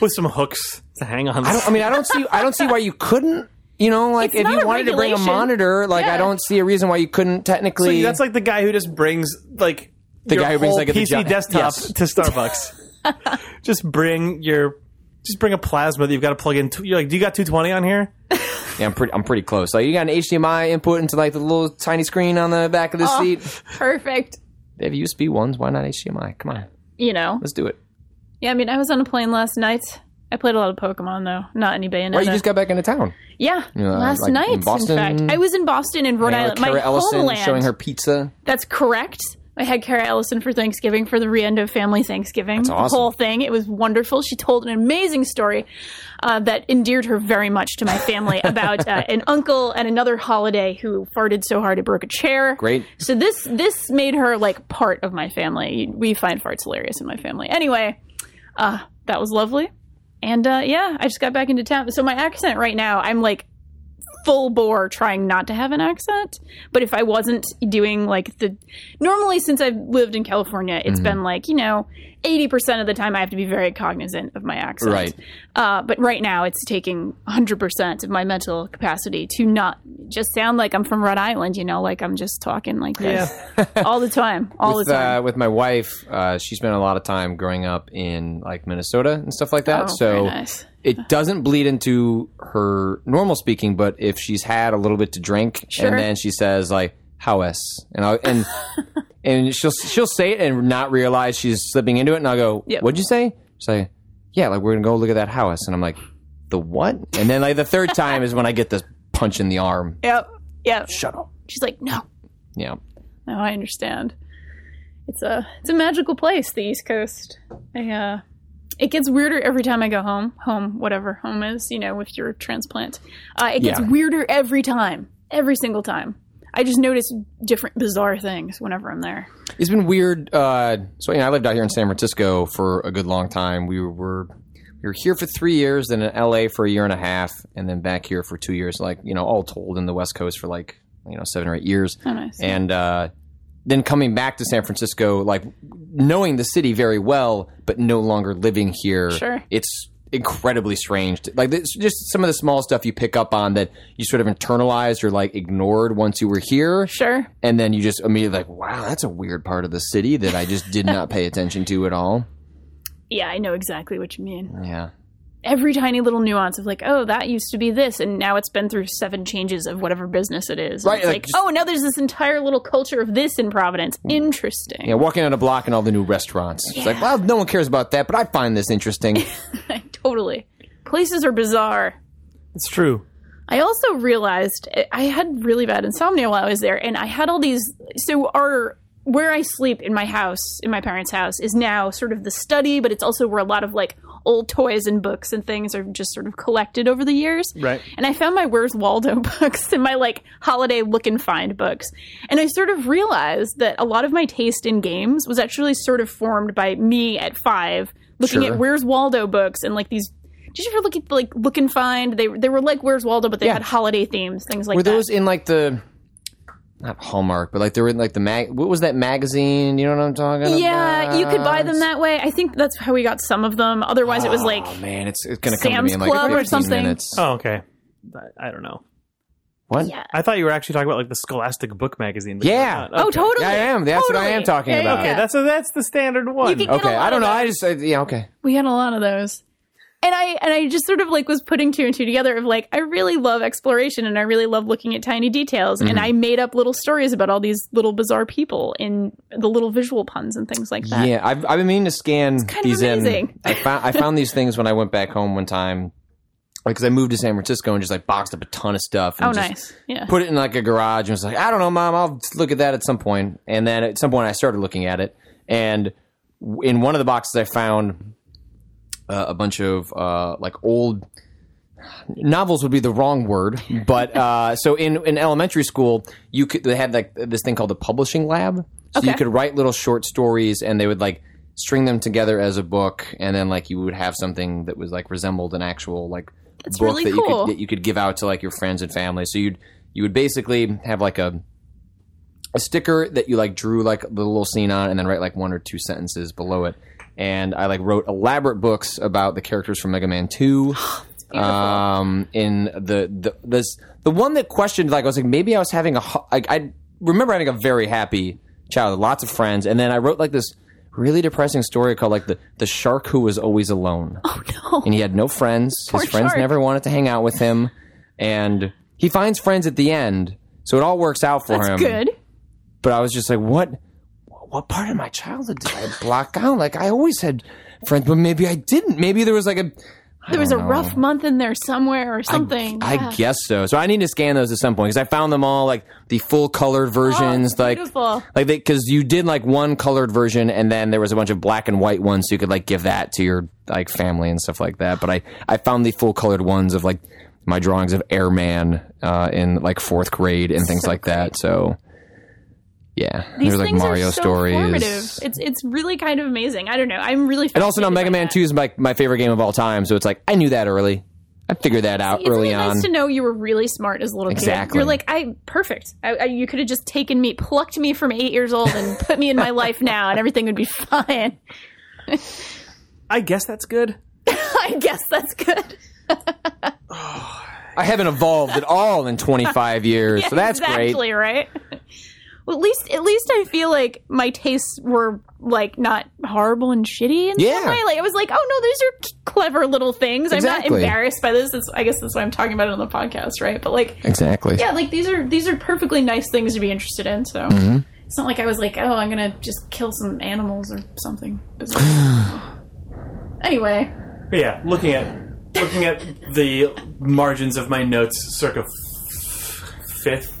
S2: with some hooks to hang on.
S3: I don't. I mean, I don't see. I don't see why you couldn't. You know, like
S1: It's
S3: if
S1: not
S3: you
S1: a
S3: wanted to bring a
S1: regulation.
S3: monitor, like I
S1: Yeah.
S3: don't see a reason why you couldn't
S2: So
S3: technically.
S2: that's like the guy who just brings like
S3: The
S2: your
S3: guy who brings,
S2: whole
S3: like, a
S2: PC
S3: giant-
S2: desktop
S3: Yes.
S2: to Starbucks. just bring your just bring a plasma that you've got to plug in. Two, you're like, do you got 220 on here?
S3: yeah, I'm pretty. I'm pretty close. Like you got an HDMI input into like the little tiny screen on the back of this
S1: Oh.
S3: seat.
S1: perfect.
S3: They have USB ones. Why not HDMI? Come on,
S1: You know,
S3: let's do it.
S1: yeah. I mean, I was on a plane last night. I played a lot of Pokemon though, not any Bayonetta.
S3: Right, you just got back into town.
S1: yeah,
S3: know,
S1: last
S3: like in
S1: night. In,
S3: Boston.
S1: fact, I was in Boston and Rhode
S3: Hanging
S1: Island,
S3: with Kara
S1: my
S3: Ellison
S1: homeland.
S3: showing her pizza.
S1: That's correct. I had Kara Ellison for Thanksgiving for the Riendo family Thanksgiving.
S3: awesome.
S1: The whole thing. It was wonderful. She told an amazing story uh, that endeared her very much to my family about uh, an uncle and another holiday who farted so hard it broke a chair.
S3: Great.
S1: So this this made her like part of my family. We find farts hilarious in my family. Anyway, uh, that was lovely. And uh, yeah, I just got back into town. So my accent right now, I'm like full bore trying not to have an accent. But if I wasn't doing like the normally since I've lived in California, it's
S3: Mm-hmm.
S1: been like, you know, 80% of the time I have to be very cognizant of my accent.
S3: Right.
S1: Uh, but right now it's taking 100% of my mental capacity to not just sound like I'm from Rhode Island, you know, like I'm just talking like this all the time, all
S3: with,
S1: the time.
S3: Uh, with my wife, uh, she spent a lot of time growing up in like Minnesota and stuff like that.
S1: Oh,
S3: so
S1: very nice.
S3: it doesn't bleed into her normal speaking, but if she's had a little bit to drink
S1: Sure.
S3: and then she says like how s and I and and she'll she'll say it and not realize she's slipping into it and I'll go,
S1: Yep.
S3: What'd you say? She's like, Yeah, like we're gonna go look at that house and I'm like, The what? And then like the third time is when I get this punch in the arm.
S1: Yep. Yep.
S3: Shut up.
S1: She's like, no,
S3: Yeah.
S1: no, I understand. It's a it's a magical place, the East Coast. I, uh, it gets weirder every time I go home. Home, whatever home is, you know, if you're a transplant, uh, it gets
S3: Yeah.
S1: weirder every time, every single time. I just notice different bizarre things whenever I'm there.
S3: It's been weird. Uh, so you know, I lived out here in San Francisco for a good long time. We were we were here for three years, then in LA for a year and a half, and then back here for two years. Like you know, all told, in the West Coast for like you know seven or eight years,
S1: Oh, nice.
S3: and uh, then coming back to San Francisco, like knowing the city very well, but no longer living here.
S1: Sure.
S3: it's incredibly strange. Like this, just some of the small stuff you pick up on that you sort of internalized or like ignored once you were here
S1: Sure.
S3: and then you just immediately like, wow, that's a weird part of the city that I just did not pay attention to at all.
S1: Yeah, I know exactly what you mean.
S3: Yeah,
S1: Every tiny little nuance of like, oh, that used to be this, and now it's been through seven changes of whatever business it is. And
S3: Right,
S1: It's
S3: like Mm.
S1: like,
S3: just-
S1: oh, now there's this entire little culture of this in Providence. Interesting.
S3: yeah. Walking on a block and all the new restaurants. It's like, well, no one cares about that, but I find this interesting.
S1: totally. Places are bizarre.
S2: It's true.
S1: I also realized eh, I had really bad insomnia while I was there, and I had all these. So our where I sleep in my house, in my parents' house, is now sort of the study, but it's also where a lot of like old toys and books and things are just sort of collected over the years.
S2: Right.
S1: And I found my Where's Waldo books and my like holiday look and find books, and I sort of realized that a lot of my taste in games was actually sort of formed by me at five looking
S3: Sure.
S1: at Where's Waldo books and like these. Did you ever look at like look and find? They they were like Where's Waldo, but they
S3: Yeah.
S1: had holiday themes, things like
S3: Were
S1: that.
S3: those in like the not Hallmark, but like they were in like the mag? What was that magazine? You know what I'm talking
S1: yeah,
S3: about?
S1: you could buy them that way. I think that's how we got some of them. Otherwise, it was like
S3: Oh man, it's it's gonna come to me
S1: Sam's
S3: in like
S1: Club or
S3: 15
S1: something.
S3: minutes.
S2: Oh, okay. I, I don't know.
S3: What?
S1: yeah.
S2: I thought you were actually talking about like the Scholastic book magazine. but
S3: Yeah.
S2: you're not.
S1: Oh,
S2: Okay.
S1: totally.
S3: Yeah, I am. That's what I am
S1: Totally.
S3: talking
S1: Yeah,
S3: about.
S1: yeah, yeah.
S2: Okay, that's a, that's the standard one.
S1: can- Get a
S3: Okay,
S1: lot
S3: I don't
S1: of
S3: know.
S1: that.
S3: I just I, yeah. Okay.
S1: we had a lot of those. And I and I just sort of like was putting two and two together of like I really love exploration and I really love looking at tiny details and
S3: Mm-hmm.
S1: I made up little stories about all these little bizarre people and the little visual puns and things like that.
S3: Yeah, I've, I've been meaning to scan
S1: kind of
S3: these in.
S1: amazing.
S3: I found I found these things when I went back home one time because I moved to San Francisco and just like boxed up a ton of stuff. And
S1: oh,
S3: just
S1: nice. Yeah.
S3: Put it in like a garage and was like, I don't know, mom, I'll look at that at some point. And then at some point, I started looking at it, and w- in one of the boxes, I found uh, a bunch of uh, like old novels would be the wrong word, but uh, so in in elementary school, you could they had like this thing called the publishing lab. So you
S1: Okay.
S3: could write little short stories, and they would like string them together as a book, and then like you would have something that was like resembled an actual like book
S1: really
S3: that you
S1: cool.
S3: could that you could give out to like your friends and family. So you'd you would basically have like a a sticker that you like drew like the little scene on and then write like one or two sentences below it. And I like wrote elaborate books about the characters from Mega Man 2. um in the the this the one that questioned like I was like maybe I was having a ho- like I remember having a very happy childhood, lots of friends and then I wrote like this really depressing story called like the the shark who was always alone
S1: Oh,
S3: and he had no friends. His friends
S1: shark.
S3: never wanted to hang out with him, and he finds friends at the end, so it all works out for him.
S1: that's good.
S3: But I was just like, what? What part of my childhood did I block out? Like I always had friends, but maybe I didn't. Maybe there was like a
S1: There
S3: Oh,
S1: was a rough month in there somewhere or something. Yeah.
S3: I guess so. So I need to scan those at some point because I found them all like the full colored versions, like
S1: Oh, beautiful.
S3: like because you did like one colored version and then there was a bunch of black and white ones, so you could like give that to your like family and stuff like that. But I I found the full colored ones of like my drawings of Airman uh, in like fourth grade and things like that. So yeah,
S1: These
S3: there's like
S1: things
S3: Mario
S1: are so
S3: stories.
S1: formative. It's it's really kind of amazing. I don't know. I'm really
S3: And also now Mega Man Two is like my favorite game of all time, so it's like I knew that early. I figured that out
S1: It's
S3: early
S1: really
S3: on.
S1: nice to know you were really smart as a little kid.
S3: Exactly.
S1: You're like, I perfect. I, I, you could have just taken me, plucked me from eight years old, and put me in my life now, and everything would be fine.
S2: I guess that's good.
S1: I guess that's good.
S3: I haven't evolved at all in 25 years, so that's
S1: exactly,
S3: great.
S1: right? Well, at least, at least I feel like my tastes were like not horrible and shitty in
S3: Yeah.
S1: some way. Like I was like, oh no, these are c- clever little things. I'm
S3: Exactly.
S1: not embarrassed by this. That's, I guess that's why I'm talking about it on the podcast, right? But like,
S3: Exactly.
S1: yeah, like these are these are perfectly nice things to be interested in. So
S3: Mm-hmm.
S1: it's not like I was like, oh, I'm gonna just kill some animals or something. bizarre. anyway,
S2: But yeah, looking at looking at the margins of my notes, circa f- fifth,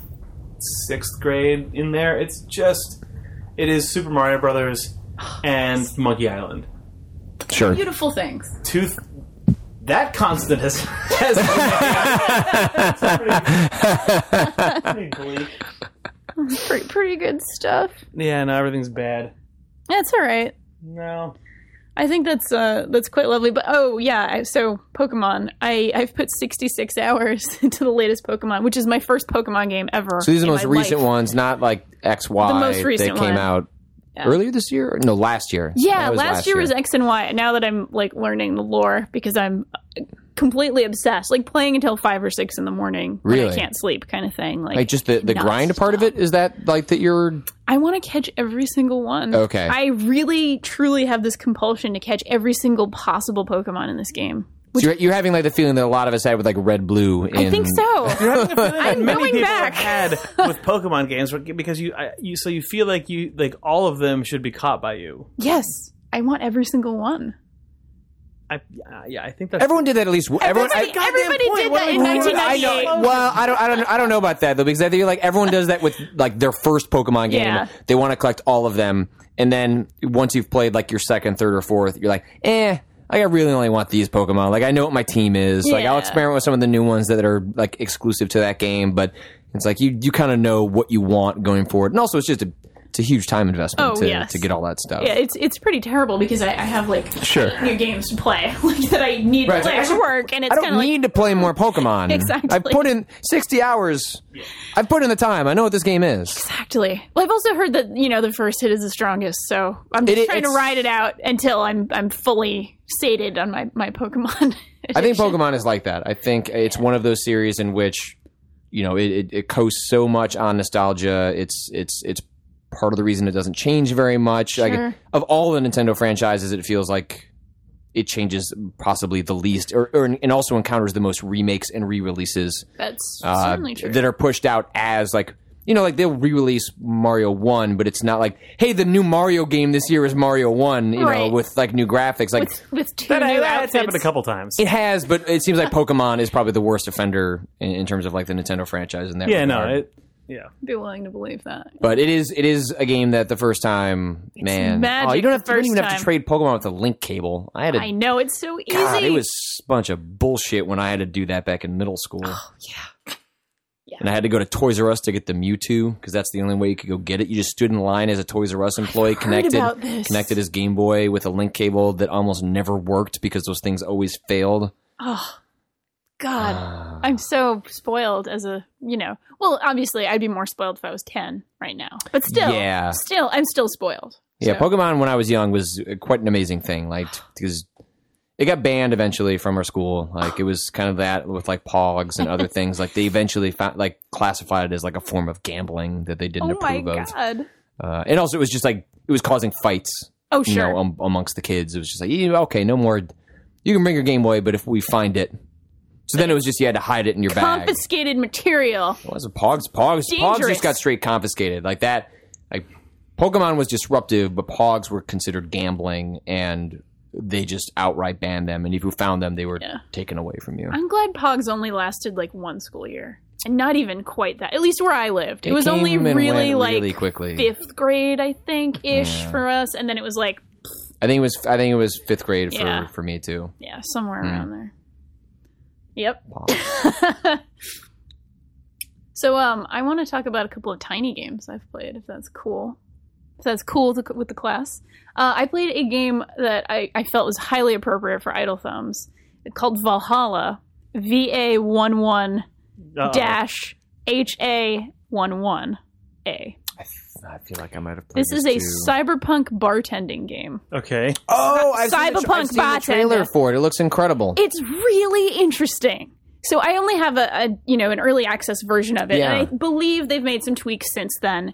S2: sixth grade in there. It's just it is Super Mario Brothers and Monkey Island.
S3: Sure.
S1: beautiful things.
S2: Tooth. That constant has. has It's pretty- pretty bleak.
S1: Pretty pretty good stuff.
S2: yeah, no, everything's bad.
S1: That's all right.
S2: No.
S1: I think that's uh, that's quite lovely. But oh yeah, I, so Pokemon. I I've put 66 hours into the latest Pokemon, which is my first Pokemon game ever.
S3: So these are the
S1: in
S3: most
S1: my
S3: recent
S1: life.
S3: ones, not like X Y
S1: The most recent
S3: that came
S1: one.
S3: out earlier this year. Or No, last year.
S1: Yeah,
S3: That
S1: last, year, was X and Y. Now that I'm like learning the lore because I'm completely obsessed, like playing until five or six in the morning. when I
S3: Really?
S1: can't sleep, kind of thing. Like,
S3: like just the the
S1: Not
S3: grind part of it. Is that like that you're
S1: I want to catch every single one.
S3: Okay.
S1: I really, truly have this compulsion to catch every single possible Pokemon in this game.
S3: so you're, you're having like the feeling that a lot of us had with like red blue. In,
S1: I think so.
S2: I'm many
S1: going
S2: people
S1: back.
S2: have had with Pokemon games because you, I, you, so you feel like you, like all of them should be caught by you.
S1: yes, I want every single one.
S2: I, uh, yeah, I think that's
S3: Everyone did that at least. Everyone, I-
S1: Everybody,
S2: goddamn
S1: everybody
S2: point.
S1: did
S2: What
S1: that
S2: am
S1: in
S2: I wrong with?
S3: I
S1: 1998.
S3: know. Well, I don't, I don't, I don't know about that though, because I feel like everyone does that with like their first Pokemon game.
S1: Yeah.
S3: They want to collect all of them, and then once you've played like your second, third, or fourth, you're like, eh, I really only want these Pokemon. Like I know what my team is. Like
S1: Yeah.
S3: I'll experiment with some of the new ones that are like exclusive to that game, but it's like you, you kind of know what you want going forward, and also it's just a, it's a huge time investment
S1: Oh,
S3: to,
S1: yes.
S3: to get all that stuff.
S1: Yeah, it's it's pretty terrible because I, I have like
S3: Sure.
S1: eight new games to play like that I need
S3: Right,
S1: to play
S3: it's like,
S1: after work, and it's
S3: I
S1: kind
S3: don't
S1: of like
S3: need to play more Pokemon.
S1: Exactly.
S3: I've put in 60 hours. I've put in the time. I know what this game is.
S1: Exactly. Well, I've also heard that you know the first hit is the strongest, so I'm just
S3: It-
S1: trying to
S3: it's-
S1: ride it out until I'm I'm fully sated on my my Pokemon.
S3: I think
S1: addiction.
S3: Pokemon is like that. I think it's one of those series in which you know it, it, it coasts so much on nostalgia. It's it's it's part of the reason it doesn't change very much.
S1: Sure.
S3: Like of all the Nintendo franchises, it feels like it changes possibly the least, or, or and also encounters the most remakes and re-releases
S1: that's
S3: uh,
S1: certainly true.
S3: that are pushed out as like. You know, like they'll re-release Mario One, but it's not like, hey, the new Mario game this year is Mario One. You know,
S1: Right.
S3: with like new graphics. Like
S1: with, with two
S2: That,
S1: new
S2: that's happened a
S1: outfits.
S2: couple times.
S3: it has, but it seems like Pokemon is probably the worst offender in, in terms of like the Nintendo franchise in that.
S2: Yeah, no,
S3: regard.
S2: it, yeah.
S1: Be willing to believe that.
S3: but it is it is a game that the first time, man,
S1: magic
S3: oh, you don't have
S1: the
S3: to, you don't even
S1: first
S3: have
S1: time.
S3: to trade Pokemon with a link cable. I had a
S1: I know it's so easy.
S3: God, it was a bunch of bullshit when I had to do that back in middle school.
S1: Oh, Yeah.
S3: And I had to go to Toys R Us to get the Mewtwo because that's the only way you could go get it. You just stood in line as a Toys R Us employee, connected
S1: about this.
S3: connected his Game Boy with a link cable that almost never worked because those things always failed.
S1: oh God,
S3: uh,
S1: I'm so spoiled as a you know. Well, obviously, I'd be more spoiled if I was ten right now, but still,
S3: Yeah.
S1: still, I'm still spoiled.
S3: Yeah,
S1: So-
S3: Pokemon when I was young was uh, quite an amazing thing. Like because it got banned eventually from our school. Like it was kind of that with like Pogs and other things. Like they eventually found like classified it as like a form of gambling that they didn't
S1: Oh my
S3: approve of.
S1: God.
S3: Uh, and also it was just like it was causing fights.
S1: Oh
S3: You
S1: sure.
S3: know, um, amongst the kids, it was just like "Yeah, okay, no more. You can bring your Game Boy, but if we find it, so then it was just you had to hide it in your bag.
S1: Confiscated material.
S3: What was it? Pogs, Pogs, Pogs
S1: Dangerous.
S3: just got straight confiscated. Like that, like Pokemon was disruptive, but Pogs were considered gambling, and they just outright banned them. And if you found them, they were
S1: Yeah.
S3: taken away from you.
S1: I'm glad Pogs only lasted like one school year, and not even quite that. At least where I lived, it, was
S3: came
S1: only
S3: and went
S1: really like
S3: really quickly.
S1: fifth grade, I think, ish for us, and then it was like
S3: I think it was. I think it was fifth grade for
S1: Yeah.
S3: for me too.
S1: yeah, somewhere around there. Yep.
S3: Pogs.
S1: So um, I want to talk about a couple of tiny games I've played, if that's cool. If that's cool to, with the class. Uh, I played a game that I, I felt was highly appropriate for Idle Thumbs called Valhalla, V A one one
S2: Uh-oh.
S1: dash H A one one A.
S3: I, f- I feel like I might have played.
S1: This
S3: This,
S1: is a
S3: too.
S1: cyberpunk bartending game.
S2: Okay.
S3: oh, I've seen the,
S1: cyberpunk
S3: I've seen the
S1: bartender.
S3: trailer for it. It looks incredible.
S1: It's really interesting. So I only have a, a you know an early access version of it,
S3: Yeah.
S1: and I believe they've made some tweaks since then.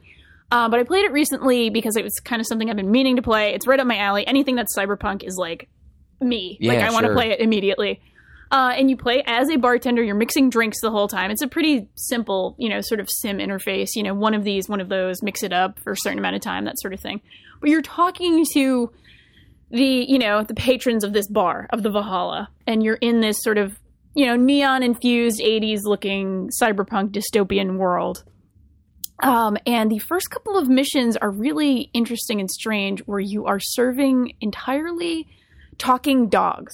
S1: Uh, but I played it recently because it was kind of something I've been meaning to play. It's right up my alley. Anything that's cyberpunk is like me. like
S3: Yeah,
S1: I want to
S3: sure.
S1: play it immediately. Uh, and you play as a bartender. You're mixing drinks the whole time. It's a pretty simple, you know, sort of sim interface. You know, one of these, one of those, mix it up for a certain amount of time, that sort of thing. But you're talking to the, you know, the patrons of this bar of the Valhalla, and you're in this sort of, you know, neon infused '80s looking cyberpunk dystopian world. Um, and the first couple of missions are really interesting and strange, where you are serving entirely talking dogs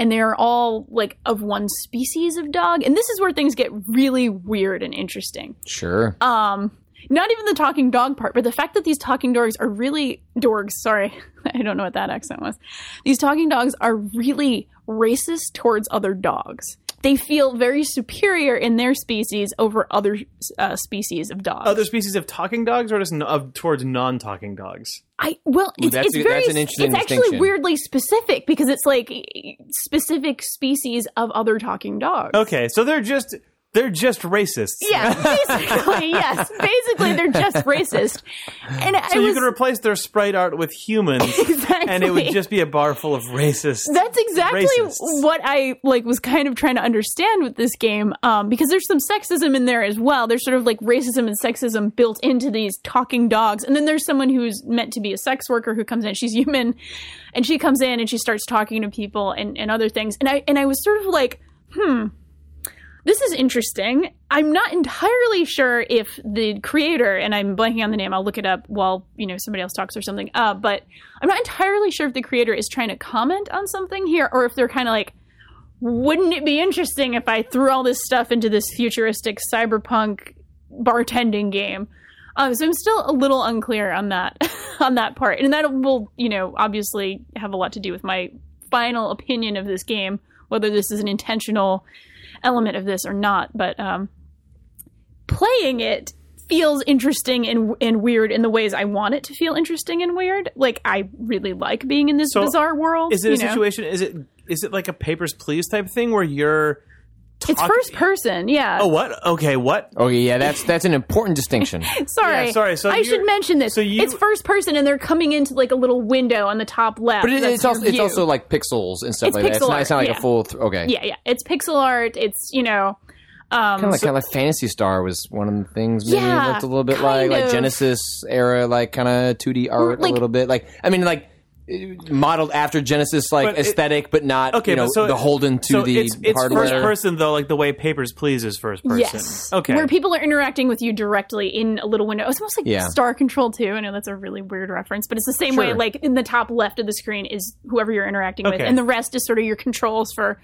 S1: and they're all like of one species of dog and this is where things get really weird and interesting
S3: Sure.
S1: um not even the talking dog part but the fact that these talking dogs are really dorgs sorry i don't know what that accent was these talking dogs are really racist towards other dogs they feel very superior in their species over other uh, species of dogs
S2: Other species of talking dogs, or just n- of, towards non-talking dogs?
S1: I well, it's,
S3: that's
S1: it's
S3: a-
S1: very
S3: that's an interesting
S1: it's actually
S3: distinction.
S1: weirdly specific because it's like e, specific species of other talking dogs.
S2: Okay, so they're just they're just racists.
S1: Yeah, basically, yes. Basically, they're just racist. And I
S2: So you
S1: was
S2: could replace their sprite art with humans,
S1: exactly
S2: and it would just be a bar full of racists.
S1: That's exactly
S2: racists.
S1: what I like was kind of trying to understand with this game, um, because there's some sexism in there as well. There's sort of like racism and sexism built into these talking dogs, and then there's someone who's meant to be a sex worker who comes in. She's human, and she comes in and she starts talking to people and, and other things. And I and I was sort of like, hmm. This is interesting. I'm not entirely sure if the creator and I'm blanking on the name. I'll look it up while you know somebody else talks or something. Uh, but I'm not entirely sure if the creator is trying to comment on something here or if they're kind of like, wouldn't it be interesting if I threw all this stuff into this futuristic cyberpunk bartending game? Um, so I'm still a little unclear on that on that part, and that will you know obviously have a lot to do with my final opinion of this game, whether this is an intentional element of this or not. But um, playing it feels interesting and and weird in the ways I want it to feel interesting and weird. Like I really like being in this
S2: So,
S1: bizarre world.
S2: Is it a
S1: you know?
S2: situation? Is it is it like a Papers Please type thing where you're? Talking,
S1: It's first person, yeah.
S2: Oh, what? Okay, what?
S3: okay, yeah, that's that's an important distinction.
S1: sorry,
S2: yeah, sorry, so
S1: I
S2: you're-
S1: should mention this.
S2: so you-
S1: it's first person, and they're coming into like a little window on the top left.
S3: But it,
S1: That's
S3: it's also
S1: your
S3: it's
S1: view.
S3: also like pixels and stuff
S1: It's
S3: like that. It's
S1: pixel
S3: not, it's not
S1: art,
S3: like
S1: yeah.
S3: a full. Th- okay.
S1: yeah, yeah. It's pixel art. It's you know, um,
S3: Kind of like, kinda like Fantasy Star was one of the things maybe
S1: Yeah,
S3: it looked a little bit
S1: kind
S3: like like
S1: of.
S3: Genesis era like kind of 2D art
S1: Like-
S3: a little bit like I mean like modeled after Genesis like
S2: But it-
S3: aesthetic but not
S2: Okay,
S3: you know
S2: but so
S3: beholden to
S2: so
S3: the
S2: it's, it's
S3: hardware.
S2: first person though, like the way Papers Please is first person.
S1: Yes.
S2: Okay.
S1: Where people are interacting with you directly in a little window. It's almost like
S3: Yeah.
S1: Star Control 2. I know that's a really weird reference, but it's the same way,
S3: Sure.
S1: like in the top left of the screen is whoever you're interacting with,
S2: Okay.
S1: and the rest is sort of your controls for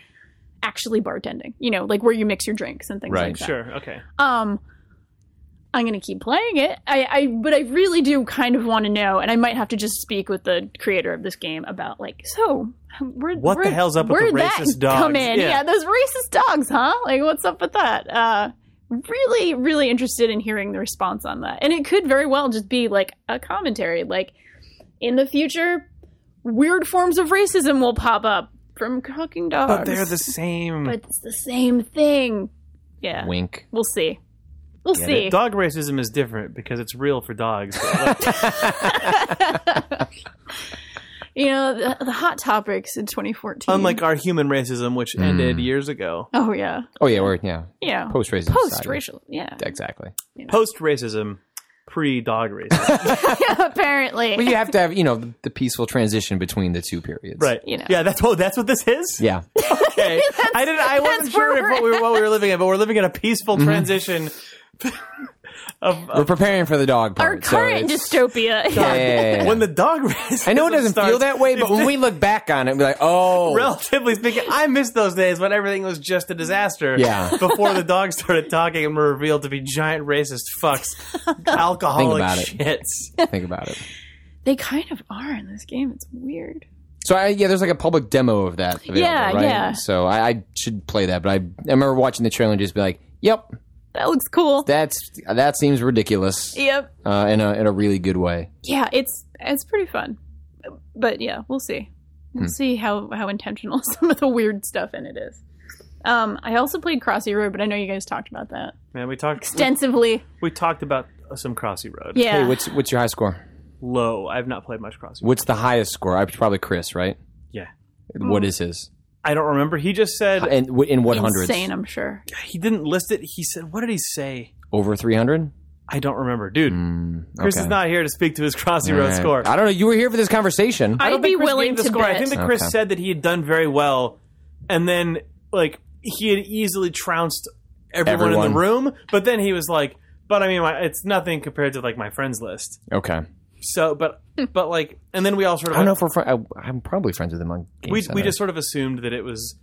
S1: actually bartending, you know, like where you mix your drinks and things
S3: Right.
S1: like that.
S2: sure. Okay.
S1: Um, I'm gonna keep playing it. I, I but I really do kind of want to know, and I might have to just speak with the creator of this game about like, so where,
S2: What the
S1: where-
S2: hell's up with
S1: where
S2: the
S1: did that
S2: racist
S1: Come
S2: dogs?
S1: in, yeah.
S2: Yeah.
S1: those racist dogs, huh? Like, what's up with that? Uh, really, really interested in hearing the response on that, and it could very well just be like a commentary, like in the future, weird forms of racism will pop up from talking dogs,
S2: But they're the same.
S1: but it's the same thing. Yeah,
S3: Wink.
S1: We'll see. We'll
S3: Get
S1: see.
S3: it?
S2: Dog racism is different because it's real for dogs.
S1: you know, the, the hot topics in 2014.
S2: Unlike our human racism, which
S3: Mm.
S2: ended years ago.
S1: oh yeah,
S3: Oh yeah, or yeah,
S1: yeah,
S3: post racism.
S1: post-racial, yeah.
S3: Exactly.
S2: Post racism, pre dog racism.
S1: Apparently,
S3: Well, you have to have you know the, the peaceful transition between the two periods.
S2: right.
S1: You know.
S2: Yeah, that's what that's what this is?
S3: Yeah.
S2: Okay. I didn't I wasn't
S1: that's where
S2: sure
S1: we're
S2: if what we were what we were living in, but we're living in a
S3: Mm-hmm.
S2: peaceful transition of,
S3: We're preparing for the dog part.
S1: our
S3: so
S1: current
S3: it's-
S1: dystopia.
S3: Yeah, yeah, yeah, yeah.
S2: when the dog racism
S3: I know it doesn't
S2: starts,
S3: feel that way, but when we look back on it, we're like, oh,
S2: relatively speaking, I miss those days when everything was just a disaster.
S3: Yeah.
S2: Before the dogs started talking and were revealed to be giant racist fucks, alcoholic
S3: about it.
S2: shits.
S3: think about it.
S1: They kind of are in this game. It's weird.
S3: So I, yeah, there's like a public demo of that. Available,
S1: Yeah,
S3: right?
S1: yeah.
S3: So I, I should play that, but I, I remember watching the trailer and just be like, yep,
S1: That looks cool.
S3: that's that seems ridiculous
S1: yep.
S3: uh, in a in a really good way.
S1: Yeah, it's it's pretty fun. But yeah, we'll see. We'll
S3: Hmm.
S1: see how how intentional some of the weird stuff in it is. Um, I also played Crossy Road, but I know you guys talked about that
S2: Man, we talked
S1: extensively.
S2: we talked about some Crossy Road.
S1: Yeah.
S3: Hey, what's what's your high score?
S2: Low. I've not played much Crossy Road.
S3: What's the highest score? I probably Chris, right?
S2: Yeah.
S3: What is his?
S2: I don't remember. He just said
S3: And w- in what hundreds?
S1: Mm. Insane, I'm sure.
S2: he didn't list it. He said, "What did he say?"
S3: Over three hundred.
S2: I don't remember, dude. Chris is
S3: Mm, okay.
S2: not here to speak to his Crossy Road score.
S3: I don't know. You were here for this conversation.
S1: I'd
S2: don't
S1: be
S2: think Chris
S1: willing
S2: gave the
S1: to
S2: score.
S1: bet.
S2: I think that Chris
S3: Okay.
S2: said that he had done very well, and then like he had easily trounced everyone, in the room. But then he was like, "But I mean, my, it's nothing compared to like my friends list."
S3: okay.
S2: So, but
S1: Hmm.
S2: but like, and then we all sort
S3: I
S2: of
S3: don't know if we're. Fr- I, I'm probably friends with him on. Game
S2: we we
S3: Center.
S2: just sort of assumed that it was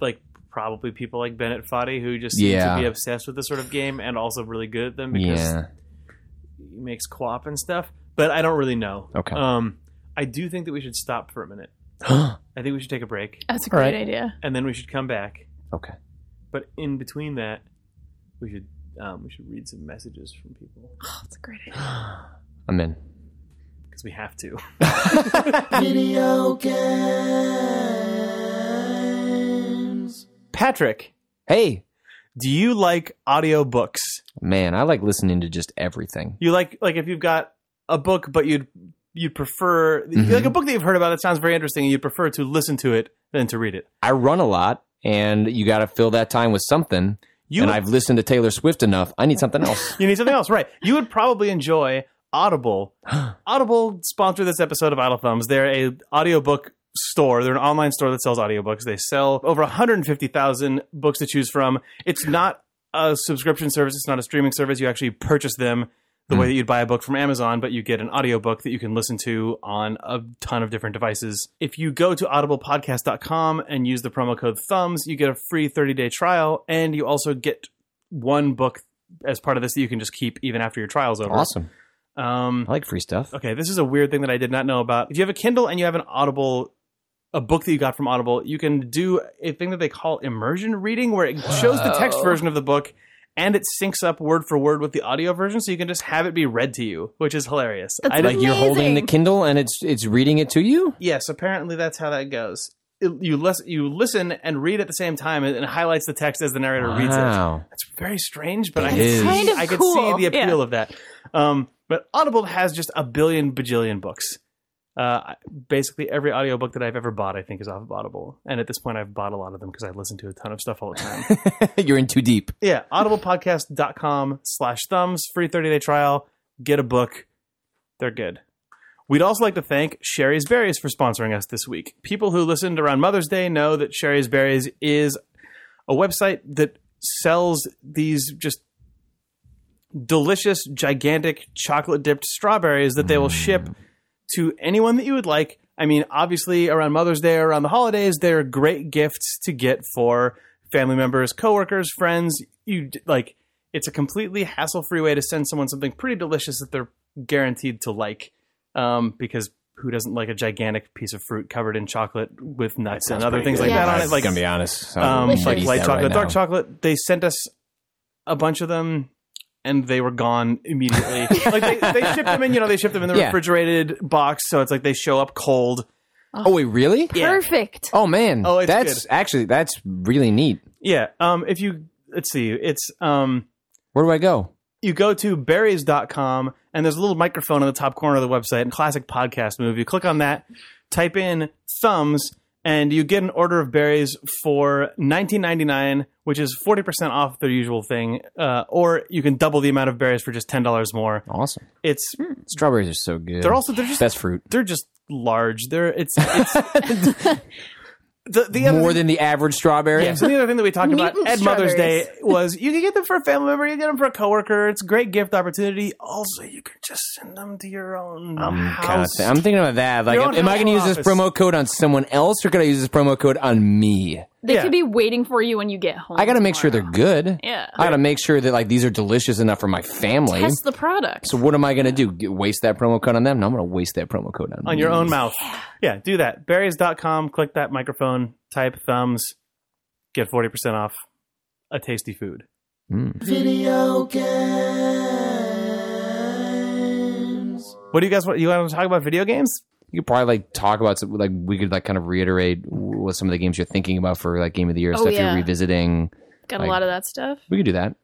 S2: like probably people like Bennett Foddy who just seem
S3: Yeah.
S2: to be obsessed with this sort of game and also really good at them because
S3: Yeah.
S2: he makes co-op and stuff. But I don't really know.
S3: Okay.
S2: Um, I do think that we should stop for a minute. I think we should take a break
S1: That's a
S3: All
S1: great
S3: right.
S1: idea.
S2: and then we should come back.
S3: okay.
S2: But in between that, we should um, we should read some messages from people
S1: Oh, that's a great idea.
S3: I'm in.
S2: because we have to. Patrick,
S3: Hey,
S2: do you like audiobooks?
S3: man, I like listening to just everything.
S2: You like like if you've got a book, but you'd you'd prefer
S3: Mhm.
S2: like a book that you've heard about that sounds very interesting, and you'd prefer to listen to it than to read it.
S3: I run a lot, and you got to fill that time with something.
S2: You
S3: and I've listened to Taylor Swift enough. I need something else.
S2: You need something else, right? You would probably enjoy Audible. Audible sponsored this episode of Idle Thumbs. They're a audiobook store. They're an online store that sells audiobooks. They sell over 150,000 books to choose from. It's not a subscription service. It's not a streaming service. You actually purchase them the way that you'd buy a book from Amazon, but you get an audiobook that you can listen to on a ton of different devices. If you go to audiblepodcast.com and use the promo code thumbs, you get a free 30-day trial and you also get one book as part of this that you can just keep even after your trial's over.
S3: awesome.
S2: Um,
S3: I like free stuff.
S2: okay, this is a weird thing that I did not know about. If you have a Kindle and you have an Audible, a book that you got from Audible, you can do a thing that they call immersion reading, where it shows the text
S1: Whoa.
S2: version of the book and it syncs up word for word with the audio version, so you can just have it be read to you, which is hilarious.
S1: That's
S2: I
S3: Like
S2: didn't-
S1: amazing.
S3: you're holding the Kindle and it's it's reading it to you.
S2: yes, apparently that's how that goes. It- you, lis- you listen and read at the same time, and it highlights the text as the narrator reads it.
S3: Wow.
S2: That's very strange, but I
S3: It
S2: could,
S3: is.
S2: see,
S1: Kind of
S2: I could
S1: cool,
S2: see the appeal
S1: yeah.
S2: of that. Um, but Audible has just a billion bajillion books. Uh, I- basically, every audiobook that I've ever bought, I think, is off of Audible. And at this point, I've bought a lot of them because I listen to a ton of stuff all the time.
S3: you're in too deep.
S2: yeah, audiblepodcast.com slash thumbs, free 30 day trial. Get a book. They're good. We'd also like to thank Sherry's Berries for sponsoring us this week. People who listened around Mother's Day know that Sherry's Berries is a website that sells these just delicious, gigantic chocolate dipped strawberries that they will ship to anyone that you would like. I mean, obviously, around Mother's Day or around the holidays, they're great gifts to get for family members, coworkers, friends. You d- like, it's a completely hassle free way to send someone something pretty delicious that they're guaranteed to like. Um, because who doesn't like a gigantic piece of fruit covered in chocolate with nuts and other things like
S1: good.
S2: that on
S1: Yeah.
S2: it? Like,
S3: be honest,
S2: um,
S1: Delicious.
S2: like
S1: Eat
S2: light
S1: that
S2: chocolate, dark chocolate. They sent us a bunch of them, and they were gone immediately. like they, they shipped them in, you know, they shipped them in the
S3: Yeah.
S2: refrigerated box, so it's like they show up cold.
S3: Oh wait, really?
S1: Perfect.
S3: Oh man.
S2: Oh, it's
S3: that's actually that's really neat.
S2: Yeah. Um. If you let's see, it's um.
S3: Where do I go?
S2: You go to berries.com and there's a little microphone in the top corner of the website and classic podcast move. You click on that, type in thumbs, and you get an order of berries for 19.99, which is 40% off their usual thing. Uh, or you can double the amount of berries for just $10 more.
S3: Awesome.
S2: It's
S3: Strawberries are so good.
S2: they're also they're just
S3: best fruit.
S2: they're just large. They're it's it's the the other
S3: More
S2: thing-
S3: than the average strawberry.
S2: yeah. So the other thing that we talked about
S1: Mutant
S2: at Mother's Day
S1: strawberries.
S2: was you can get them for a family member, you can get them for a coworker. It's a great gift opportunity. Also, you can just send them to your own
S3: I'm, kinda
S2: house.
S3: thi- Mm, I'm thinking about that. Like,
S2: Your own
S3: am I going to
S2: house
S3: use
S2: or
S3: this
S2: office?
S3: promo code on someone else, or could I use this promo code on me?
S1: They
S2: Yeah.
S1: could be waiting for you when you get home.
S3: I got to make sure they're
S1: tomorrow.
S3: good.
S1: Yeah.
S3: I got to make sure that like these are delicious enough for my family.
S1: Test the product.
S3: So what am I going to do? Get, waste that promo code on them? No, I'm going to waste that promo code on
S2: on
S3: me.
S2: your own mouth. Yeah, do that. Berries.com, click that microphone, type thumbs, get 40% off a tasty food. Video games. What do you guys want? You want to talk about video games?
S3: You could probably like talk about some, like we could like kind of reiterate what some of the games you're thinking about for like game of the year
S1: Oh,
S3: stuff
S1: yeah.
S3: you're revisiting.
S1: Got a
S3: like-
S1: lot of that stuff.
S3: We could do that.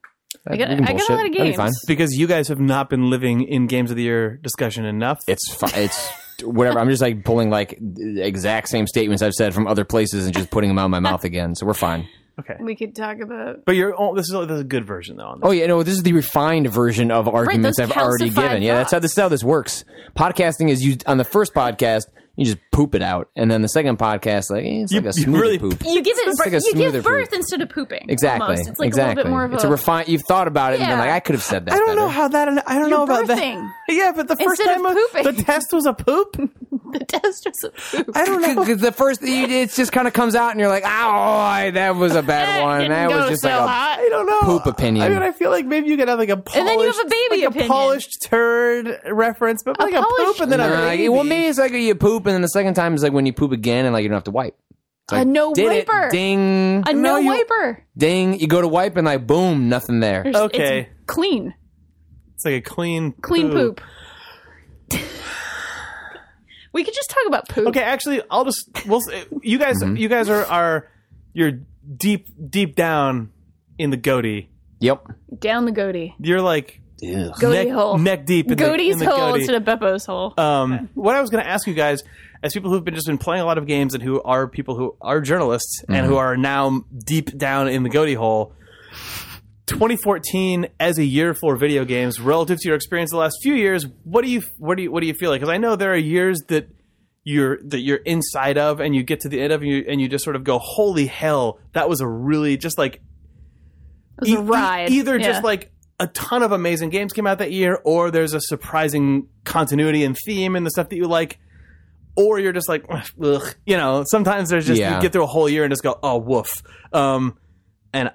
S1: I got,
S3: We can
S1: I got a
S3: bullshit.
S1: lot of
S3: That'd be
S1: games.
S3: fine.
S2: Because you guys have not been living in Games of the Year discussion enough.
S3: It's fi- it's whatever. I'm just like pulling like the exact same statements I've said from other places and just putting them out of my mouth again. So we're fine.
S2: Okay.
S1: we could talk about
S2: But you're oh, this is this is a good version though. On this.
S3: Oh yeah, no, this is the refined version of arguments
S1: those
S3: I've already
S1: calcified
S3: given. Yeah, that's how
S1: thoughts.
S3: this is how this works. Podcasting is you on the first podcast, you just poop it out, and then the second podcast, like eh, it's
S2: You-
S3: like a
S2: you
S3: smooth
S2: really
S3: poop.
S1: you give it
S3: like a
S1: birth, you
S3: smoother
S1: give birth
S3: proof.
S1: instead of pooping.
S3: Exactly.
S1: almost. it's like
S3: exactly.
S1: a little bit more of
S3: it's
S1: a,
S3: a refined. You've thought about it and
S1: Yeah.
S3: been like, I could have said that.
S2: Oh, I don't
S3: better.
S2: know how that. I don't know
S1: You're
S2: about
S1: birthing.
S2: that. Yeah, but the first
S1: Instead of
S2: time a- the
S1: pooping.
S2: test was a poop.
S1: the test just a poop.
S2: I don't know.
S3: Because the first, you- it just kind of comes out, and you're like, "Oh, I- that was a bad
S1: That
S3: one.
S1: didn't
S3: That was
S1: go
S3: just
S1: so
S3: like a
S1: hot.
S2: I don't know.
S3: Poop opinion.
S2: I mean, I feel like maybe you could have like a polished,
S1: And then you have a baby
S2: like
S1: opinion.
S2: a polished turd reference, but like a, poop
S1: polished-
S2: and then a
S3: Nah, like,
S2: baby.
S3: well, maybe it's like you poop, and then the second time is like when you poop again, and like you don't have to wipe. It's
S1: A
S3: like,
S1: no
S3: did it,
S1: wiper.
S3: ding,
S1: A no,
S2: No, you-
S1: wiper.
S3: ding. You go to wipe, and like boom, nothing there.
S1: There's-
S2: Okay.
S1: It's clean.
S2: It's like a clean,
S1: Clean poop. we could just talk about poop.
S2: Okay, actually, I'll just. We'll. You guys,
S3: Mm-hmm.
S2: you guys are are you're deep deep down in the goatee.
S3: Yep.
S1: Down the goatee.
S2: You're like
S1: Goatee
S2: neck,
S1: hole.
S2: neck deep in
S1: Goatee's
S2: the, in the
S1: hole
S2: goatee.
S1: instead of Beppo's hole.
S3: Uh,
S2: um, what I was going to ask you guys, as people who've been just been playing a lot of games and who are people who are journalists and who are now deep down in the goatee hole, 2014 as a year for video games, relative to your experience the last few years, what do you what do you what do you feel like? Because I know there are years that you're that you're inside of and you get to the end of and you and you just sort of go, holy hell, that was a really just like
S1: it was a
S2: E- e-
S1: ride.
S2: either
S1: Yeah.
S2: just like a ton of amazing games came out that year, or there's a surprising continuity and theme and the stuff that you like, or you're just like, ugh. You know, sometimes there's just
S3: Yeah.
S2: you get through a whole year and just go, oh woof. Um, and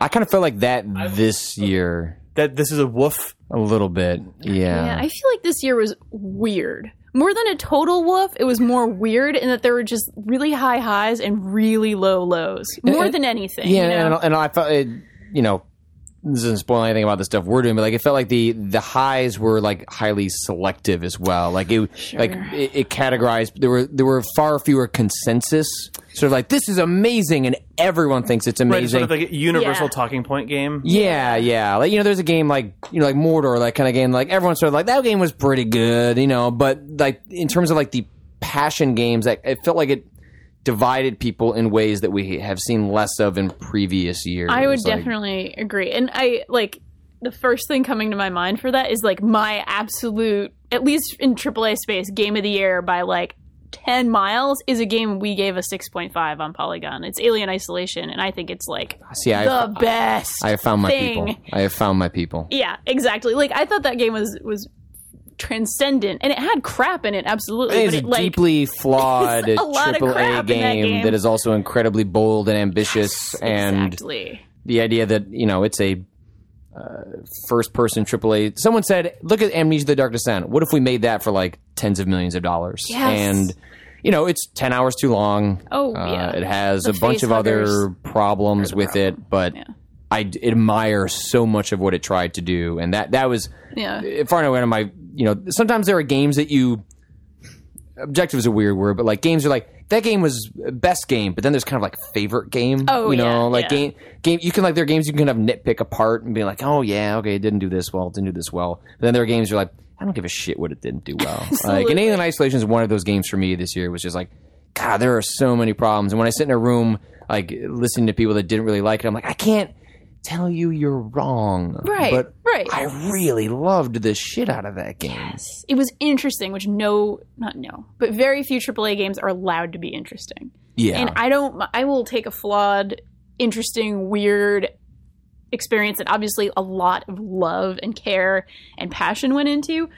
S3: I kind of feel like that this year
S2: that this is a woof.
S3: a little bit. Yeah.
S1: Yeah, I feel like this year was weird. More than a total woof, it was more weird in that there were just really high highs and really low lows. More
S3: and-
S1: than anything.
S3: yeah,
S1: you know?
S3: and, and I felt it. You know, this doesn't spoil anything about the stuff we're doing, but like it felt like the the highs were like highly selective as well. Like it, like it, it categorized. There were there were far fewer consensus. Sort of like this is amazing, and everyone thinks it's
S2: Right, it's
S3: amazing.
S2: sort of like a universal
S1: Yeah.
S2: talking point game.
S3: yeah, yeah. Like you know, there's a game like you know, like Mordor, that kind of game. Like everyone's sort of like that game was pretty good, you know. But like in terms of like the passion games, like it felt like it divided people in ways that we have seen less of in previous years.
S1: I would
S3: Like,
S1: definitely agree. And I like the first thing coming to my mind for that is like my absolute, at least in AAA space, game of the year by like 10 miles is a game we gave a 6.5 on Polygon. It's Alien Isolation, and I think it's like
S3: See, I,
S1: the best.
S3: I have found my
S1: thing.
S3: people. I have found my people.
S1: yeah, exactly. Like I thought that game was was transcendent, and it had crap in it, absolutely.
S3: It's
S1: but
S3: a
S1: it, like,
S3: deeply flawed
S1: It's a lot of
S3: AAA
S1: crap in that
S3: game,
S1: game.
S3: that is also incredibly bold and ambitious. and
S1: exactly.
S3: the idea that you know it's a uh, first-person AAA. Someone said, "Look at Amnesia: The Dark Descent. What if we made that for like tens of millions of dollars?"
S1: Yes.
S3: And you know, it's ten hours too long. Uh,
S1: Oh, yeah.
S3: It has
S1: The
S3: a bunch of other
S1: facehuggers
S3: problems with it, but. I d- admire so much of what it tried to do, and that that was
S1: Yeah.
S3: uh, far and away to my you know sometimes there are games that you objective is a weird word but like games are like that game was best game but then there's kind of like favorite game
S1: Oh,
S3: you know
S1: yeah,
S3: like
S1: yeah.
S3: game game you can like there are games you can kind of nitpick apart and be like oh yeah okay it didn't do this well it didn't do this well but then there are games you're like i don't give a shit what it didn't do well like and
S1: Absolutely.
S3: alien isolation is one of those games for me this year was just like god there are so many problems and when i sit in a room like listening to people that didn't really like it i'm like i can't tell you you're wrong
S1: Right,
S3: but
S1: right.
S3: I really loved the shit out of that game.
S1: It was interesting, which no, not no, but very few AAA games are allowed to be interesting.
S3: Yeah.
S1: And I don't, I will take a flawed, interesting, weird experience that obviously a lot of love and care and passion went into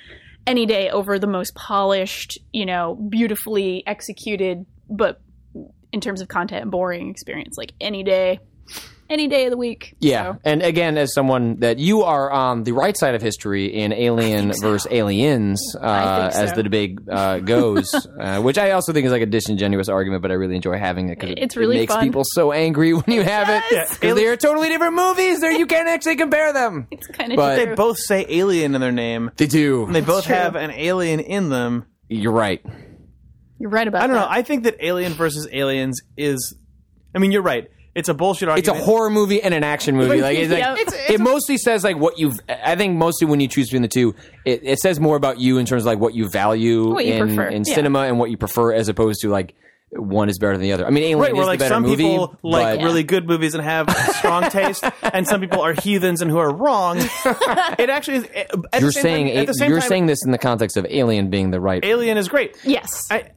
S1: any day over the most polished, you know, beautifully executed, but in terms of content, boring experience. Like any day, any day of the week.
S3: yeah.
S1: So,
S3: And again, as someone that you are on the right side of history in Alien versus Aliens, uh,
S1: I think
S3: as
S1: so.
S3: the debate uh, goes, uh, which I also think is like a disingenuous argument, but I really enjoy having it because it,
S1: It's really
S3: it makes
S1: fun.
S3: people so angry when you have it.
S2: does.
S3: 'Cause they are totally different movies. There, you can't actually compare them.
S1: it's kind of
S3: But-
S2: They both say alien in their name.
S3: They do.
S2: And they both have an alien in them.
S3: You're right.
S1: You're right about
S2: I don't know.
S1: that.
S2: I think that Alien versus Aliens is. I mean, you're right. It's a bullshit
S3: it's a
S2: argument.
S3: horror movie and an action movie. Like, it's like
S1: Yep. It's-
S3: it mostly says like what you've. I think mostly when you choose between the two, it, it says more about you in terms of like what you value
S1: What you
S3: in,
S1: prefer,
S3: in
S1: yeah.
S3: cinema and what you prefer as opposed to like one is better than the other. I mean, Alien
S2: Right,
S3: is
S2: where like
S3: the better
S2: some
S3: movie,
S2: people like
S3: but-
S2: really good movies and have strong taste, and some people are heathens and who are wrong. It actually is. At the
S3: You're
S2: same
S3: saying
S2: time, at the same
S3: you're
S2: time,
S3: saying this in the context of Alien being the right.
S2: Alien is great.
S1: Yes.
S2: I,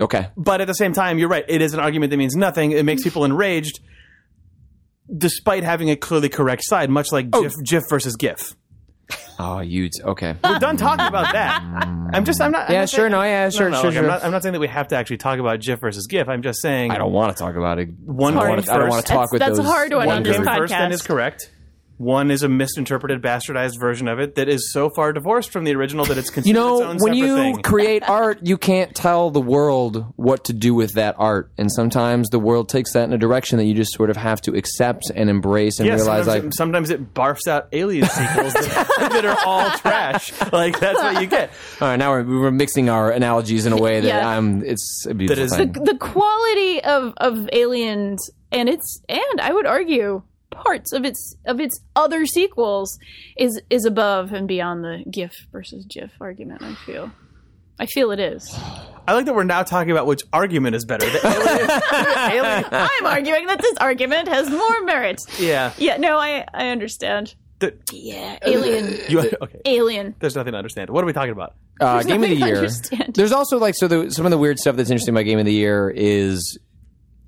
S3: okay,
S2: but at the same time, you're right. It is an argument that means nothing. It makes people enraged, despite having a clearly correct side, much like GIF, GIF versus GIF.
S3: oh, you t- okay?
S2: We're done talking about that. I'm just. I'm not. I'm
S3: Yeah,
S2: not
S3: sure,
S2: saying-
S3: no, yeah, sure,
S2: no,
S3: sure,
S2: like,
S3: sure.
S2: I'm not, I'm not saying that we have to actually talk about GIF versus GIF. I'm just saying
S3: I don't want to talk about it.
S2: One
S3: I don't
S2: point
S3: wanna- I don't want
S2: first.
S3: to talk
S1: That's-
S3: with
S1: that's a
S3: those
S1: hard one on
S2: one
S1: this
S2: came
S3: wonders.
S1: podcast.
S2: first and is correct. One is a misinterpreted, bastardized version of it that is so far divorced from the original that it's considered
S3: You
S2: its
S3: know,
S2: own
S3: when
S2: separate
S3: you
S2: thing.
S3: create art, you can't tell the world what to do with that art, and sometimes the world takes that in a direction that you just sort of have to accept and embrace and
S2: Yeah,
S3: realize,
S2: sometimes,
S3: like,
S2: it, sometimes it barfs out alien sequels that, that are all trash. Like that's what you get.
S3: all right, now we're, we're mixing our analogies in a way that
S1: Yeah.
S3: I'm. It's a beautiful
S2: is-
S3: thing.
S1: the quality of of aliens and its and i would argue parts of its of its other sequels is is above and beyond the gif versus gif argument i feel i feel it is
S2: I like that we're now talking about which argument is better. The alien, the alien-
S1: i'm arguing that this argument has more merit
S2: yeah.
S1: yeah no i i understand
S2: The-
S1: yeah alien
S2: you- okay.
S1: alien
S2: There's nothing to understand. What are we talking about?
S3: uh,
S1: There's
S3: game of the
S1: nothing I
S3: year.
S1: understand.
S3: There's also like so the, some of the weird stuff that's interesting about game of the year is,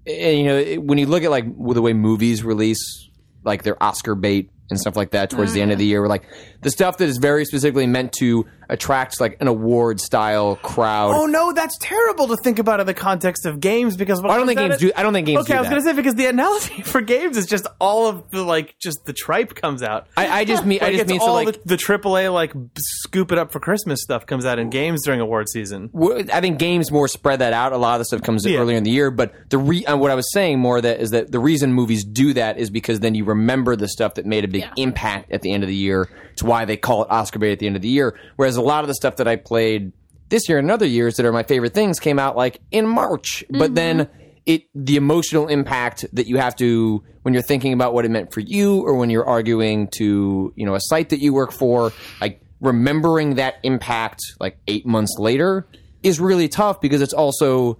S3: and, you know, it- when you look at like w- the way movies release like their Oscar bait and stuff like that towards the end of
S2: Mm.
S3: the year, where like the stuff that is very specifically meant to attract like an award style crowd.
S2: Oh no, that's terrible to think about in the context of games because
S3: I don't think games do. I don't think games
S2: Okay,
S3: do
S2: I was
S3: that.
S2: gonna say because the analogy for games is just all of the like just the tripe comes out.
S3: I, I just mean. I
S2: Like,
S3: just
S2: it's
S3: mean so
S2: all
S3: like.
S2: the, the AAA like b- scoop it up for Christmas stuff comes out in games during award season.
S3: w- I think games more spread that out. A lot of the stuff comes
S2: Yeah.
S3: earlier in the year, but the re- uh, what I was saying more that is that the reason movies do that is because then you remember the stuff that made a big impact at the end of the year. It's why they call it Oscar bait at the end of the year. Whereas a lot of the stuff that I played this year and other years that are my favorite things came out like in March, but then it the emotional impact that you have to when you're thinking about what it meant for you or when you're arguing to you know a site that you work for like remembering that impact like eight months later is really tough because it's also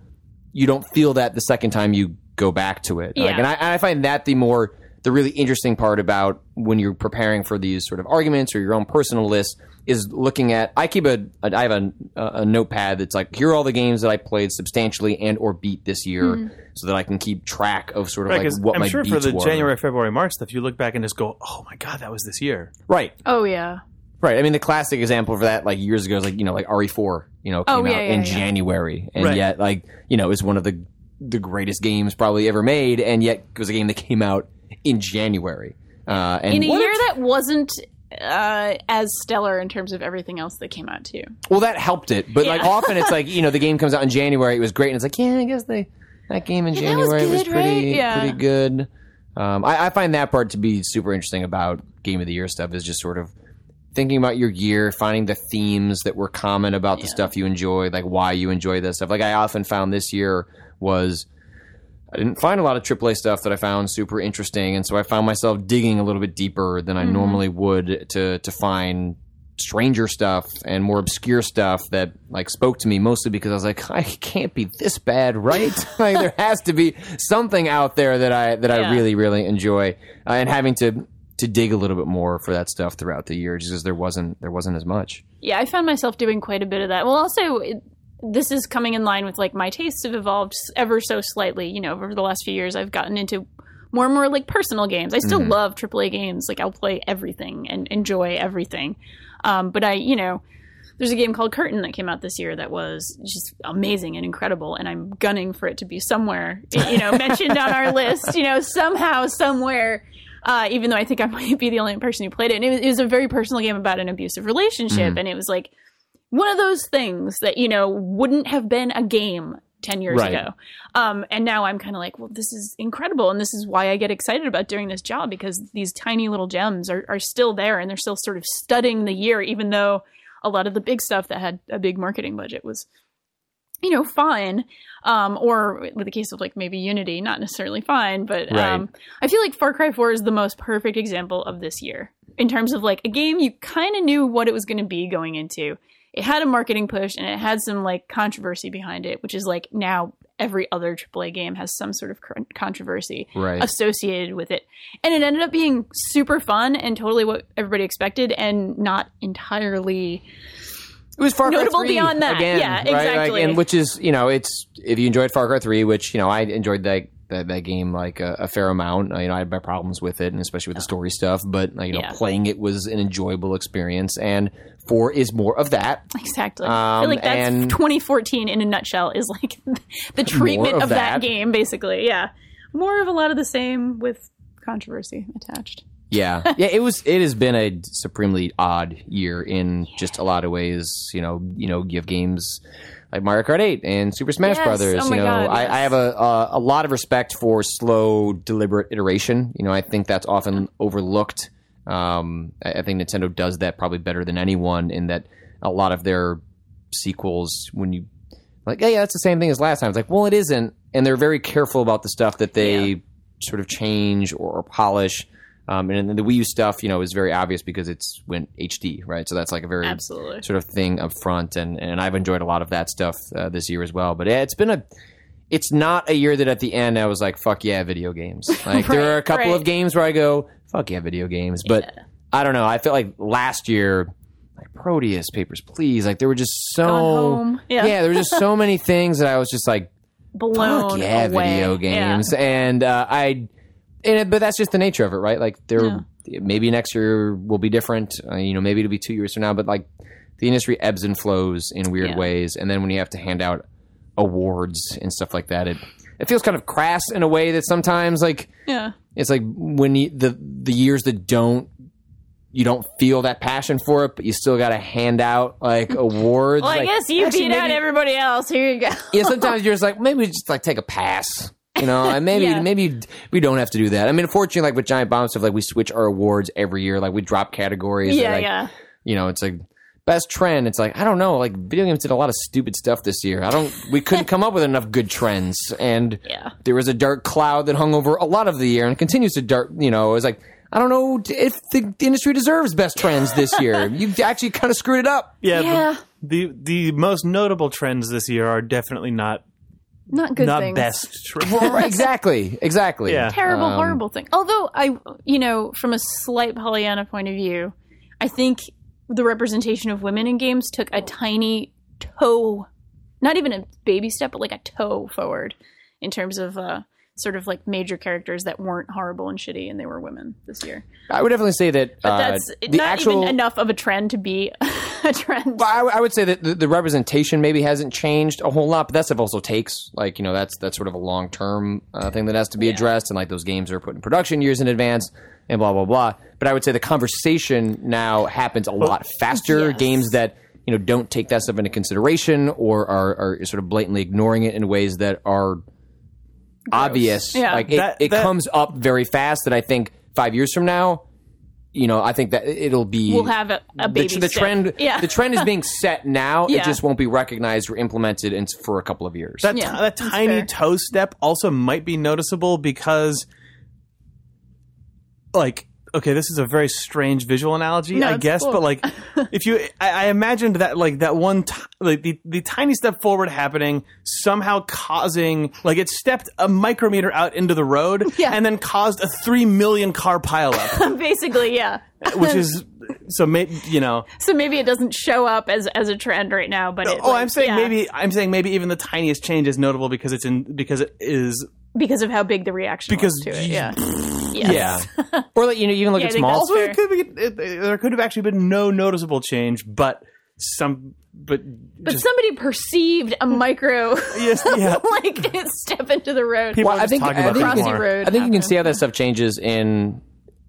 S3: you don't feel that the second time you go back to it. Like,
S1: Yeah.
S3: and I, and I find that the more the really interesting part about when you're preparing for these sort of arguments or your own personal list is looking at. I keep a I have a, a notepad that's like here are all the games that I played substantially and or beat this year, so that I can keep track of sort of
S2: Right,
S3: like
S2: 'cause
S3: what
S2: I'm
S3: my
S2: sure
S3: beats
S2: for the
S3: were.
S2: January, February, March stuff, you look back and just go, "Oh my god, that was this year."
S3: Right,
S1: oh yeah
S3: right. I mean, the classic example for that, like years ago, is like you know, like RE4, you know, came
S1: Oh, yeah,
S3: out
S1: yeah,
S3: in
S1: yeah.
S3: January, and
S2: Right.
S3: yet, like you know, is one of the the greatest games probably ever made, and yet it was a game that came out in January. Uh, and
S1: in a
S3: What
S1: year that wasn't uh as stellar in terms of everything else that came out too
S3: Well, that helped it, but like
S1: Yeah.
S3: often it's like you know the game comes out in January, it was great, and it's like yeah, I guess they that game in
S1: that was
S3: January was,
S1: good,
S3: pretty
S1: right? Yeah.
S3: pretty good. Um, I, I find that part to be super interesting about game of the year stuff is just sort of thinking about your year, finding the themes that were common about the stuff you enjoyed, like why you enjoy that stuff. Like I often found this year was I didn't find a lot of AAA stuff that I found super interesting, and so I found myself digging a little bit deeper than I
S1: Mm-hmm.
S3: normally would to to find stranger stuff and more obscure stuff that like spoke to me mostly because I was like, I can't be this bad, right? like there has to be something out there that I that I
S1: Yeah.
S3: really really enjoy, uh, and having to to dig a little bit more for that stuff throughout the year, just because there wasn't there wasn't as much.
S1: Yeah, I found myself doing quite a bit of that. Well, also, it, this is coming in line with like my tastes have evolved s- ever so slightly. You know, over the last few years, I've gotten into more and more like personal games. I still love AAA games. Like I'll play everything and enjoy everything. Um, but I, you know, there's a game called Curtain that came out this year that was just amazing and incredible, and I'm gunning for it to be somewhere, you know, mentioned on our list, you know, somehow, somewhere. Uh, even though I think I might be the only person who played it, and it was, it was a very personal game about an abusive relationship, and it was like one of those things that you know wouldn't have been a game 10 years
S3: Right.
S1: ago um, and now i'm kind of like well this is incredible and this is why i get excited about doing this job because these tiny little gems are, are still there and they're still sort of studying the year even though a lot of the big stuff that had a big marketing budget was you know, fine. Um, or with the case of like maybe Unity, not necessarily fine, but um,
S3: Right.
S1: I feel like Far Cry 4 is the most perfect example of this year in terms of like a game you kind of knew what it was going to be going into. It had a marketing push and it had some like controversy behind it, which is like now every other AAA game has some sort of cr- controversy
S3: Right.
S1: associated with it. And it ended up being super fun and totally what everybody expected and not entirely.
S3: It was Far Cry
S1: Notable
S3: 3
S1: beyond that.
S3: again,
S1: Yeah,
S3: right? Like,
S1: exactly.
S3: and which is you know it's if you enjoyed Far Cry Three, which you know I enjoyed that that, that game like a, a fair amount. Uh, You know I had my problems with it, and especially with the story stuff. But uh, you know
S1: Yeah.
S3: playing it was an enjoyable experience, and four is more of that.
S1: Exactly. I
S3: Um,
S1: feel like that's
S3: and-
S1: 2014 in a nutshell is like the treatment
S3: of
S1: of, that.
S3: that.
S1: game, basically. Yeah. More of a lot of the same with controversy attached.
S3: Yeah, yeah. It was. It has been a supremely odd year in just a lot of ways. You know, you know, you have games like Mario Kart Eight and Super Smash
S1: Yes,
S3: Brothers.
S1: oh
S3: you
S1: my
S3: know,
S1: God,
S3: I,
S1: yes.
S3: I have a, a a lot of respect for slow, deliberate iteration. You know, I think that's often overlooked. Um, I, I think Nintendo does that probably better than anyone in that a lot of their sequels when you like, yeah, yeah, that's the same thing as last time. It's like, well, it isn't, and they're very careful about the stuff that they sort of change or, or polish. Um, and then the Wii U stuff, you know, is very obvious because it's went HD, right? So that's like a very
S1: Absolutely.
S3: sort of thing up front, and and I've enjoyed a lot of that stuff uh, this year as well. But yeah, it's been a it's not a year that at the end I was like, fuck yeah, video games. Like there are a couple
S1: right.
S3: of games where I go, fuck yeah, video games. But I don't know. I feel like last year, like Proteus, Papers, Please, like there were just so
S1: Gone Home. Yeah.
S3: there were just so many things that I was just like,
S1: Blown
S3: fuck yeah,
S1: away. Yeah.
S3: video games, and uh, I, and it, but that's just the nature of it, right? Like there,
S1: Yeah.
S3: maybe next year will be different. Uh, you know, maybe it'll be two years from now, but like the industry ebbs and flows in weird
S1: Yeah.
S3: ways, and then when you have to hand out awards and stuff like that, it it feels kind of crass in a way that sometimes like
S1: Yeah.
S3: it's like when you, the the years that don't you don't feel that passion for it, but you still got to hand out like awards.
S1: Well, I
S3: like,
S1: guess you
S3: actually,
S1: beat out
S3: maybe-
S1: everybody else. Here you go.
S3: yeah, sometimes you're just like, maybe we just like take a pass. You know, and maybe
S1: Yeah.
S3: maybe we don't have to do that. I mean, unfortunately, like with Giant Bomb stuff, like we switch our awards every year. Like we drop categories.
S1: yeah,
S3: like,
S1: yeah.
S3: You know, it's like best trend. It's like I don't know. Like video games did a lot of stupid stuff this year. I don't. We couldn't come up with enough good trends, and
S1: Yeah.
S3: there was a dark cloud that hung over a lot of the year and continues to dark. You know, it's like I don't know if the industry deserves best trends this year. you actually kind of screwed it up.
S2: Yeah,
S1: Yeah.
S2: The, the the most notable trends this year are definitely not
S1: Not good
S2: not
S1: things.
S2: best trends.
S3: Well, right, exactly. Exactly.
S2: Yeah.
S1: terrible,
S3: Um,
S1: horrible thing. Although I, you know, from a slight Pollyanna point of view, I think the representation of women in games took a tiny toe, not even a baby step, but like a toe forward in terms of uh, sort of like major characters that weren't horrible and shitty, and they were women this year.
S3: I would definitely say that
S1: But
S3: uh,
S1: that's
S3: the
S1: not
S3: actual.
S1: even enough of a trend to be a trend.
S3: Well, I, w- I would say that the, the representation maybe hasn't changed a whole lot, but that stuff also takes like you know that's that's sort of a long term uh, thing that has to be addressed, and like those games are put in production years in advance, and blah blah blah. But I would say the conversation now happens a lot faster.
S1: Yes.
S3: Games that you know don't take that stuff into consideration or are, are sort of blatantly ignoring it in ways that are obvious.
S1: Yeah.
S3: Like it,
S2: That-
S3: it
S2: that-
S3: comes up very fast. That I think five years from now. You know, I think that it'll be
S1: We'll have a, a
S3: the,
S1: baby.
S3: the
S1: step.
S3: trend
S1: yeah.
S3: the trend is being set now
S1: Yeah.
S3: it just won't be recognized or implemented in, for a couple of years
S2: That,
S1: Yeah,
S2: that
S1: that's
S2: tiny
S1: fair.
S2: toe step also might be noticeable because, like, okay, this is a very strange visual analogy,
S1: No,
S2: I
S1: it's
S2: guess,
S1: cool.
S2: but like, if you, I, I imagined that like that one, t- like the the tiny step forward happening somehow causing like it stepped a micrometer out into the road
S1: Yeah.
S2: and then caused a three million car pileup,
S1: Basically, yeah.
S2: which is so maybe you know.
S1: So maybe it doesn't show up as as a trend right now, but it,
S2: oh,
S1: like,
S2: I'm saying
S1: yeah.
S2: maybe I'm saying maybe even the tiniest change is notable because it's in because it is
S1: because of how big the reaction
S2: Because
S1: was to it.
S2: you-
S1: Yeah.
S3: yeah or like you know you can look
S1: Yeah,
S3: at
S1: I think
S3: small
S1: that's
S2: Also, it could be, it, there could have actually been no noticeable change, but some, but,
S1: But
S2: just,
S1: somebody perceived a micro
S2: yes, yeah.
S1: like step into the road.
S2: People
S3: Well,
S2: are
S3: I
S2: just
S3: think-
S2: talking
S3: I
S2: about
S3: think-
S2: that
S1: Crossy
S2: more.
S1: road.
S3: i think you can
S1: happened.
S3: see how that stuff changes in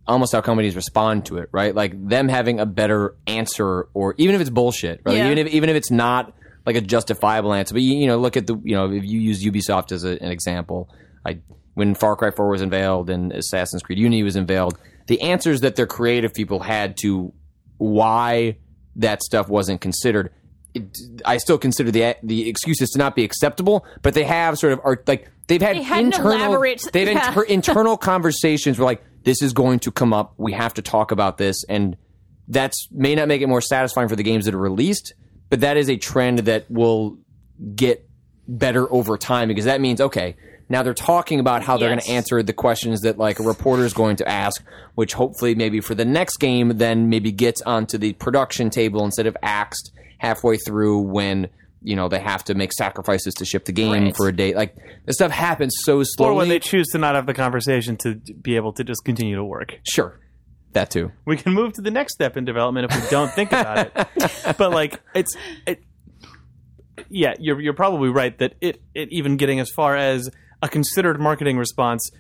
S3: almost how companies respond to it right like them having a better answer or even if it's bullshit right
S1: Yeah.
S3: even if even if it's not like a justifiable answer but you, you know look at the you know if you use ubisoft as a, an example like when far cry 4 was unveiled and assassin's creed unity was unveiled the answers that their creative people had to why that stuff wasn't considered it, I still consider the the excuses to not be acceptable, but they have sort of are like they've had,
S1: They had an
S3: internal
S1: elaborate-
S3: they've
S1: yeah.
S3: inter- internal conversations where like this is going to come up, we have to talk about this, and that's may not make it more satisfying for the games that are released, but that is a trend that will get better over time because that means okay now they're talking about how they're
S1: Yes.
S3: going to answer the questions that like a reporter is going to ask which hopefully maybe for the next game then maybe gets onto the production table instead of axed halfway through when you know they have to make sacrifices to ship the game
S1: Right.
S3: for a day like this stuff happens so slowly
S2: Or when they choose to not have the conversation to d- be able to just continue to work.
S3: sure that too
S2: we can move to the next step in development if we don't think about it. But like it's it, yeah, you're you're probably right that it it even getting as far as a considered marketing response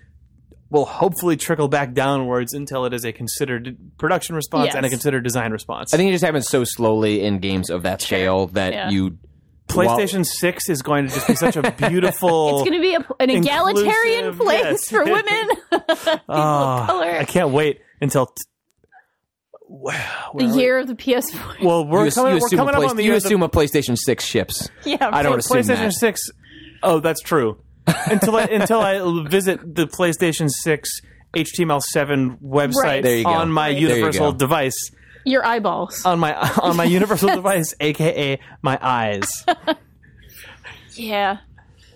S2: will hopefully trickle back downwards until it is a considered production response and a
S1: Yes.
S2: considered design response.
S3: i think it just happens so slowly in games of that scale that
S1: Yeah.
S3: you
S2: PlayStation 6 is going to just be such a beautiful
S1: It's going to be a, an egalitarian
S2: Inclusive,
S1: place
S2: yes.
S1: for women.
S2: Ah,
S1: color.
S2: I can't wait until t- Wow,
S1: the
S2: where are we?
S1: year of the PS4.
S2: well, we're
S3: you, ass-
S2: coming,
S3: you
S2: we're
S3: assume, a,
S2: coming up
S3: Play-
S2: on the
S3: you
S2: year of the
S3: assume a playstation 6 ships
S1: yeah,
S3: i don't assume
S2: PlayStation
S3: that.
S2: Six. Oh, that's true. Until I, until I visit the PlayStation Six HTML7 website
S1: Right.
S3: There you go.
S2: on my
S1: Right.
S3: you
S2: universal
S3: go.
S2: device
S1: your eyeballs.
S2: on my on my universal device, aka my eyes.
S1: Yeah.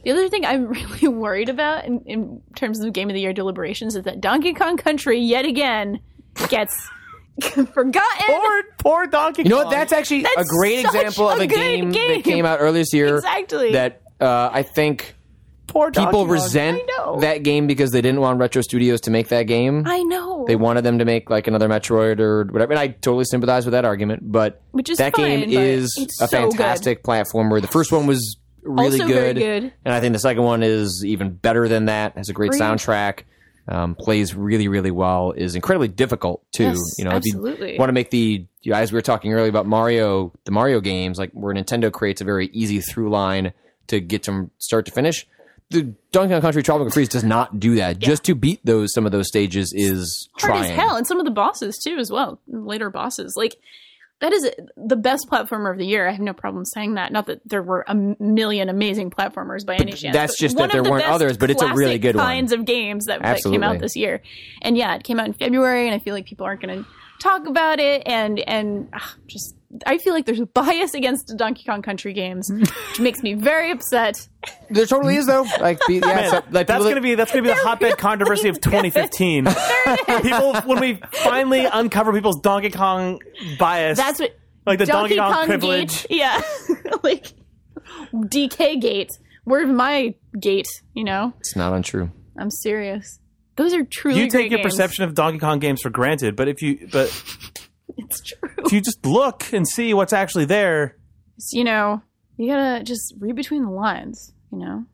S1: The other thing I'm really worried about in, in terms of Game of the Year deliberations is that Donkey Kong Country yet again gets forgotten.
S2: poor poor Donkey.
S3: You know what? That's actually a
S1: That's
S3: great
S1: such
S3: example of
S1: a
S3: a
S1: good
S3: game,
S1: game.
S3: that came out earlier this year.
S1: Exactly.
S3: That uh, I think
S2: poor Donkey
S3: people
S2: Kong.
S3: resent
S1: I know.
S3: that game because they didn't want Retro Studios to make that game.
S1: I know.
S3: they wanted them to make like another Metroid or whatever. And I totally sympathize with that argument. But
S1: Which is
S3: that
S1: fine,
S3: game
S1: but
S3: is
S1: it's
S3: a
S1: so good.
S3: fantastic platformer. The first one was really
S1: Also very
S3: good,
S1: good.
S3: and I think the second one is even better than that. Has a great
S1: Agreed.
S3: soundtrack. Um, plays really, really well. Is incredibly difficult too.
S1: Yes,
S3: you know, if you
S1: absolutely.
S3: want to make the you know, as we were talking earlier about Mario, the Mario games, like where Nintendo creates a very easy through line to get from start to finish. The Donkey Kong Country Tropical Freeze does not do that. Just to beat those some of those stages is
S1: hard
S3: trying.
S1: as hell, and some of the bosses too, as well. Later bosses, like that is the best platformer of the year. I have no problem saying that. Not that there were a million amazing platformers by any chance.
S3: that's
S1: but
S3: just
S1: one
S3: that there
S1: of the
S3: weren't
S1: best
S3: others, but it's a really
S1: classic
S3: good one.
S1: Kinds of games that, that came
S3: Absolutely.
S1: out this year, and yeah, it came out in February, and I feel like people aren't going to talk about it, and and ah, just. I feel like there's a bias against Donkey Kong Country games, which makes me very upset.
S3: There totally is though. Like, be, yeah, so- like
S2: that's
S3: people
S2: gonna
S3: that-
S2: be that's gonna be the hotbed controversy of 2015. people, when we finally uncover people's Donkey Kong bias,
S1: That's what
S2: like the Donkey, Kong,
S1: Gate,
S2: privilege.
S1: yeah, like DK Gate. Where's my gate? You know,
S3: It's not untrue.
S1: I'm serious. Those are truly
S2: You
S1: great
S2: take your
S1: games.
S2: perception of Donkey Kong games for granted, but if you but
S1: It's
S2: if
S1: true.
S2: you just look and see what's actually there,
S1: It's, you know, you gotta just read between the lines. You know,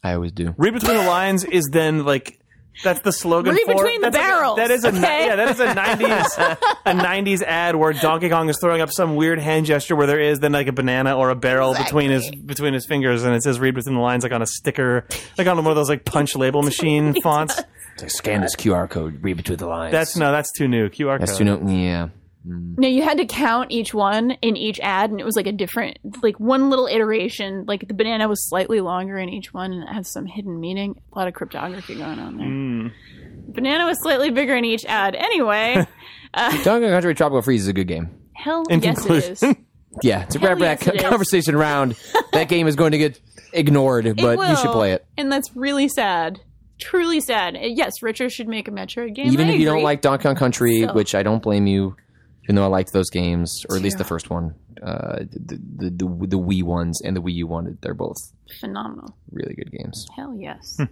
S3: I always do.
S2: read between the lines is then like that's the slogan.
S1: Read
S2: for,
S1: between the
S2: that's like a-
S1: barrels,
S2: that is a
S1: okay?
S2: yeah, that is a nineties a nineties ad where Donkey Kong is throwing up some weird hand gesture where there is then like a banana or a barrel between his between his fingers, and it says "read between the lines" like on a sticker, like on one of those like punch label machine fonts.
S3: It's like scan this QR code, read between the lines.
S2: That's no, that's too new. QR code.
S3: That's too no. Yeah.
S1: no, you had to count each one in each ad, and it was like a different, like one little iteration. Like the banana was slightly longer in each one, and it has some hidden meaning. A lot of cryptography going on there.
S2: Hmm.
S1: Banana was slightly bigger in each ad. Anyway,
S3: Donkey Kong Country Tropical Freeze is a good game.
S1: hell
S2: In
S1: yes,
S2: conclusion.
S1: it is.
S3: Yeah, to
S1: Hell
S3: wrap
S1: yes,
S3: that
S1: it is.
S3: conversation around, that game is going to get ignored, but you should
S1: will,
S3: play it.
S1: And that's really sad. Truly sad. Uh, Yes, Richard should make a Metroid game.
S3: Even
S1: I
S3: if you don't
S1: agree.
S3: like Donkey Kong Country,
S1: Still.
S3: which I don't blame you, even though I liked those games, or at least the first one, uh, the, the the the Wii ones and the Wii U one, they're both
S1: phenomenal.
S3: really good games.
S1: Hell yes.
S3: Hmm.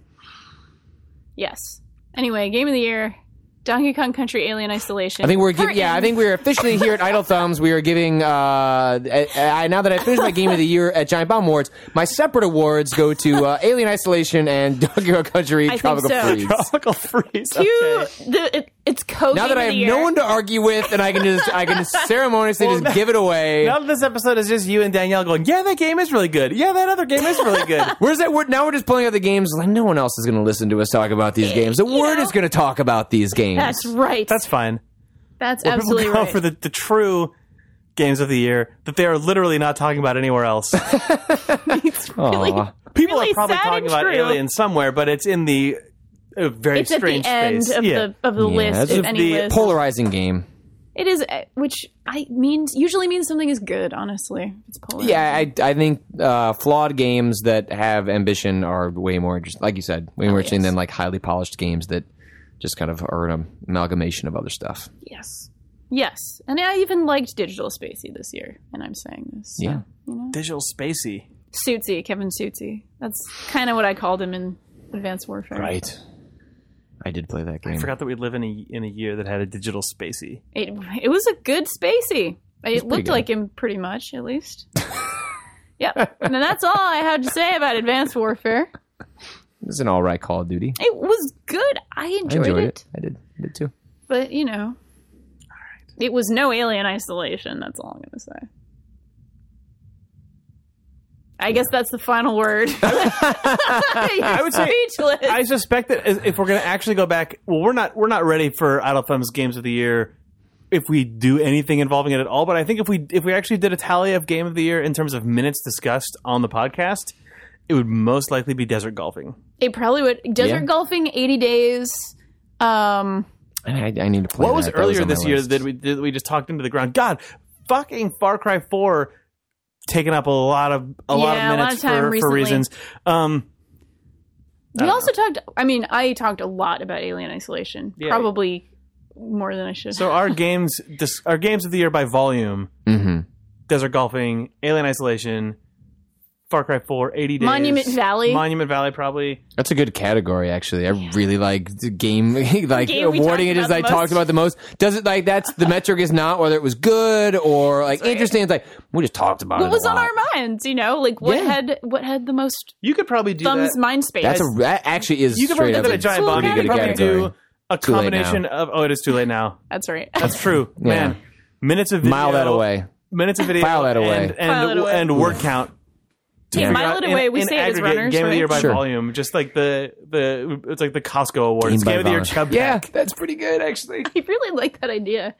S1: yes. Anyway, game of the year, Donkey Kong Country Alien Isolation.
S3: I think we're
S1: For
S3: giving. Yeah, I
S1: in-
S3: think we're officially here at Idle Thumbs. We are giving. Uh, I, I, now that I finished my game of the year at Giant Bomb Awards, my separate awards go to uh, Alien Isolation and Donkey Kong Country
S1: think
S3: Tropical
S1: so.
S3: Freeze.
S2: Tropical freeze.
S1: you.
S2: Okay.
S1: The, it, it's co.
S3: Now that I have no one to argue with, and I can just I can ceremoniously just give it away.
S2: Now that this episode is just you and Danielle going, yeah, that game is really good. Yeah, that other game is really good.
S3: Where's that word? Now we're just pulling out the games. Like no one else is going to listen to us talk about these games. The
S1: Eh, You
S3: word
S1: know?
S3: is going to talk about these games.
S1: That's right.
S2: That's
S1: That's,
S2: fine.
S1: that's
S2: People
S1: absolutely
S2: go
S1: right.
S2: for the, the true games of the year that they are literally not talking about anywhere else.
S1: It's really,
S3: Aw.
S2: People
S1: really
S2: are probably
S1: sad
S2: talking
S1: and
S2: about
S1: true.
S2: aliens somewhere, but it's in the uh, very
S1: It's at the
S2: strange
S1: end
S2: space.
S1: of
S2: yeah.
S1: the of the
S3: Yeah,
S1: list,
S3: that's
S1: if
S3: the
S1: any list.
S3: Polarizing game.
S1: it is, uh, which I means usually means something is good. Honestly, it's polar.
S3: Yeah, I I think uh, flawed games that have ambition are way more interesting. Like you said, way more interesting than like highly polished games that just kind of are an amalgamation of other stuff.
S1: Yes. Yes, and I even liked Digital Spacey this year, and I'm saying this. so,
S3: Yeah.
S1: you know,
S2: digital spacey.
S1: Suitsy, Kevin Suitsy. That's kind of what I called him in Advanced Warfare.
S3: Right. I did play that game.
S2: I forgot that we live in a in a year that had a digital spacey.
S1: It it was a good Spacey. It looked
S3: good.
S1: like him pretty much, at least. yep. And that's all I had to say about Advanced Warfare.
S3: It's an all right Call of Duty.
S1: It was good. I
S3: I
S1: enjoyed, it,
S3: enjoyed it. I did. I did too.
S1: but you know, it was no Alien Isolation. That's all I'm gonna say. I guess that's the final word. I
S2: would say-
S1: speechless.
S2: I suspect that as- if we're going to actually go back, well, we're not we're not ready for Idle Thumb's games of the year if we do anything involving it at all. But I think if we if we actually did a tally of game of the year in terms of minutes discussed on the podcast, it would most likely be desert golfing.
S1: it probably would. Desert
S3: Yeah.
S1: golfing, 80 days. Um,
S3: And I, I need to play.
S2: What was
S3: that. That
S2: earlier
S3: on my
S2: this year
S3: list.
S2: that we that we just talked into the ground? God, fucking Far Cry Four, taking up a lot of a lot
S1: Yeah, a lot
S2: of minutes
S1: of time
S2: for, for
S1: recently.
S2: reasons. Um,
S1: we also talked. I mean, I talked a lot about Alien Isolation.
S2: Yeah.
S1: Probably more than I should.
S2: so our games dis- our games of the year by volume:
S3: Mhm.
S2: Desert Golfing, Alien Isolation, Far Cry Four, 80 Days,
S1: Monument Valley.
S2: Monument Valley probably.
S3: That's a good category, actually. I really like the game, like
S1: game we
S3: awarding it
S1: talked
S3: as
S1: about
S3: I
S1: the most.
S3: talked about the most. Does it like that's the metric is not whether it was good or like interesting. It's like we just talked about
S1: what
S3: it.
S1: was
S3: a
S1: on
S3: lot.
S1: our minds? You know, like what
S3: Yeah.
S1: had what had the most
S2: You could probably do
S1: thumbs
S2: that.
S1: mind space?
S3: That's a that actually is
S2: you could probably
S3: straight
S2: do
S3: up
S2: that
S3: a
S2: at Giant
S1: Cool
S2: Bomb. You could
S1: pretty
S2: probably
S1: good
S2: do a
S3: Too late now.
S2: combination of. Oh, it is too late now.
S1: That's right.
S2: That's true, man. Minutes of video,
S3: mile that away.
S2: minutes of video,
S3: File that away.
S2: and and,
S1: File that away.
S2: and word count.
S1: yeah,
S2: figure
S1: mile
S2: out
S1: it away.
S2: in-
S1: We
S2: in
S1: say it as
S2: aggregate
S1: runners,
S2: Game of the
S1: right?
S2: year by
S3: Sure.
S2: volume, just like the the it's like the Costco awards.
S3: Game
S2: Game,
S3: by
S2: of the year
S3: volume.
S2: Chub
S3: Yeah,
S2: Pack.
S3: that's pretty good actually.
S1: I really like that idea.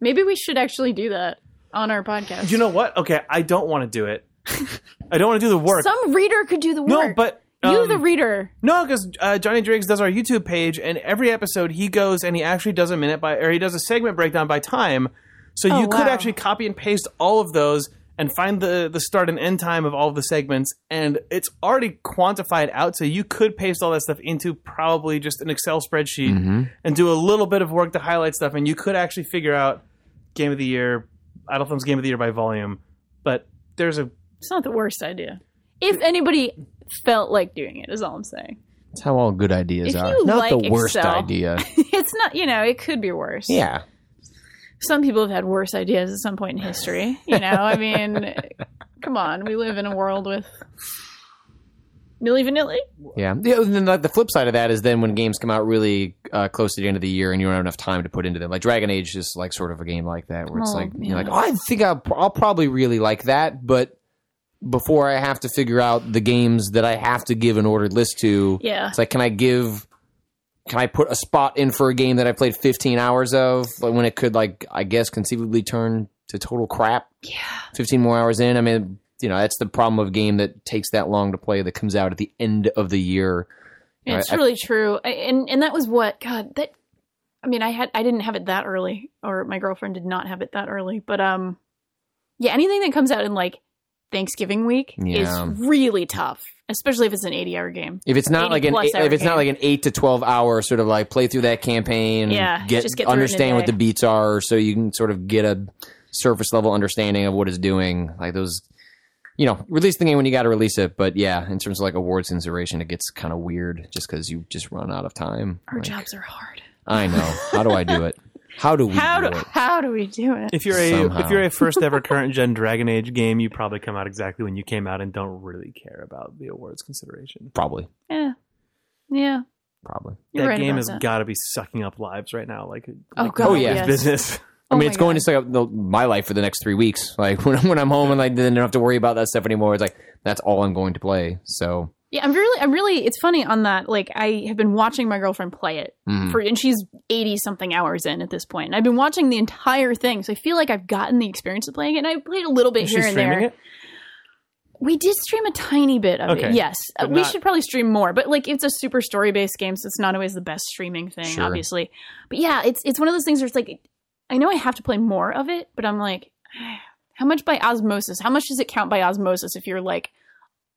S1: Maybe we should actually do that on our podcast.
S2: You know what? Okay, I don't want to do it. I don't want to do the work.
S1: some reader could do the work.
S2: no, but
S1: you,
S2: um,
S1: the reader,
S2: no, because uh, Johnny Driggs does our YouTube page, and every episode he goes and he actually does a minute by or he does a segment breakdown by time. So you could
S1: wow.
S2: actually copy and paste all of those and find the the start and end time of all of the segments, and it's already quantified out. So you could paste all that stuff into probably just an Excel spreadsheet and do a little bit of work to highlight stuff, and you could actually figure out game of the year, Idle Thumbs game of the year by volume. But there's a
S1: it's not the worst idea. If anybody felt like doing it, is all I'm saying.
S3: That's how all good ideas
S1: If
S3: are.
S1: you
S3: Not
S1: like
S3: the worst
S1: Excel.
S3: idea.
S1: It's not, you know, it could be worse.
S3: Yeah.
S1: Some people have had worse ideas at some point in history. You know, I mean, come on. We live in a world with Milli Vanilli.
S3: Yeah. The, and then like, the flip side of that is then when games come out really uh, close to the end of the year and you don't have enough time to put into them. Like Dragon Age is like sort of a game like that where it's
S1: Oh,
S3: like
S1: yeah.
S3: you're like, oh, I think I'll, I'll probably really like that, but before I have to figure out the games that I have to give an ordered list to,
S1: Yeah.
S3: it's like, can I give? Can I put a spot in for a game that I played 15 hours of like, when it could like I guess conceivably turn to total crap? Yeah. 15 more hours in. I mean, you know, that's the problem of a game that takes that long to play that comes out at the end of the year.
S1: Yeah, it's
S3: I- I-
S1: really true. I, and and that was what God that. I mean, I had I didn't have it that early, or my girlfriend did not have it that early. But um, yeah, anything that comes out in like Thanksgiving week
S3: Yeah.
S1: is really tough, especially if it's an eighty-hour game.
S3: If it's not
S1: 80
S3: like an
S1: plus
S3: eight,
S1: hour
S3: if it's
S1: game.
S3: not like an eight to twelve hour sort of like play through that campaign,
S1: Yeah,
S3: get,
S1: just get through it in a
S3: understand what
S1: day.
S3: the beats are, so you can sort of get a surface level understanding of what it's doing. Like those, you know, release the game when you got to release it. But yeah, in terms of like awards consideration, it gets kind of weird just because you just run out of time.
S1: Our
S3: Like,
S1: jobs are hard.
S3: I know. How do I do it? How do we
S1: How
S3: do,
S1: do
S3: it?
S1: how do we do it?
S2: If you're a
S3: Somehow.
S2: if you're a first ever current gen Dragon Age game, you probably come out exactly when you came out and don't really care about the awards consideration.
S3: Probably,
S1: Yeah, yeah,
S3: probably.
S1: you're
S2: that
S1: right
S2: game
S1: about
S2: has
S1: that.
S2: got to be sucking up lives right now, like,
S1: Oh,
S2: like
S1: God,
S3: Oh, yeah.
S2: nobody's
S1: yes.
S2: business.
S1: Oh
S3: I mean,
S1: my
S3: it's going
S1: God.
S3: to suck up the, my life for the next three weeks. Like when I'm, when I'm home and like then I don't have to worry about that stuff anymore. It's like that's all I'm going to play. So
S1: Yeah, I'm really, I'm really. It's funny on that. Like, I have been watching my girlfriend play it
S3: mm.
S2: Mm.
S1: for, and she's eighty something hours in at this point. And I've been watching the entire thing, so I feel like I've gotten the experience of playing it. And I played a little bit
S2: Is she
S1: here and there.
S2: streaming it?
S1: We did stream a tiny bit of
S2: Okay.
S1: it. Yes, Uh,
S2: But
S1: we
S2: not-
S1: should probably stream more. But like, it's a super story based game, so it's not always the best streaming thing,
S3: Sure.
S1: obviously. But yeah, it's it's one of those things where it's like, I know I have to play more of it, but I'm like, how much by osmosis? How much does it count by osmosis if you're like,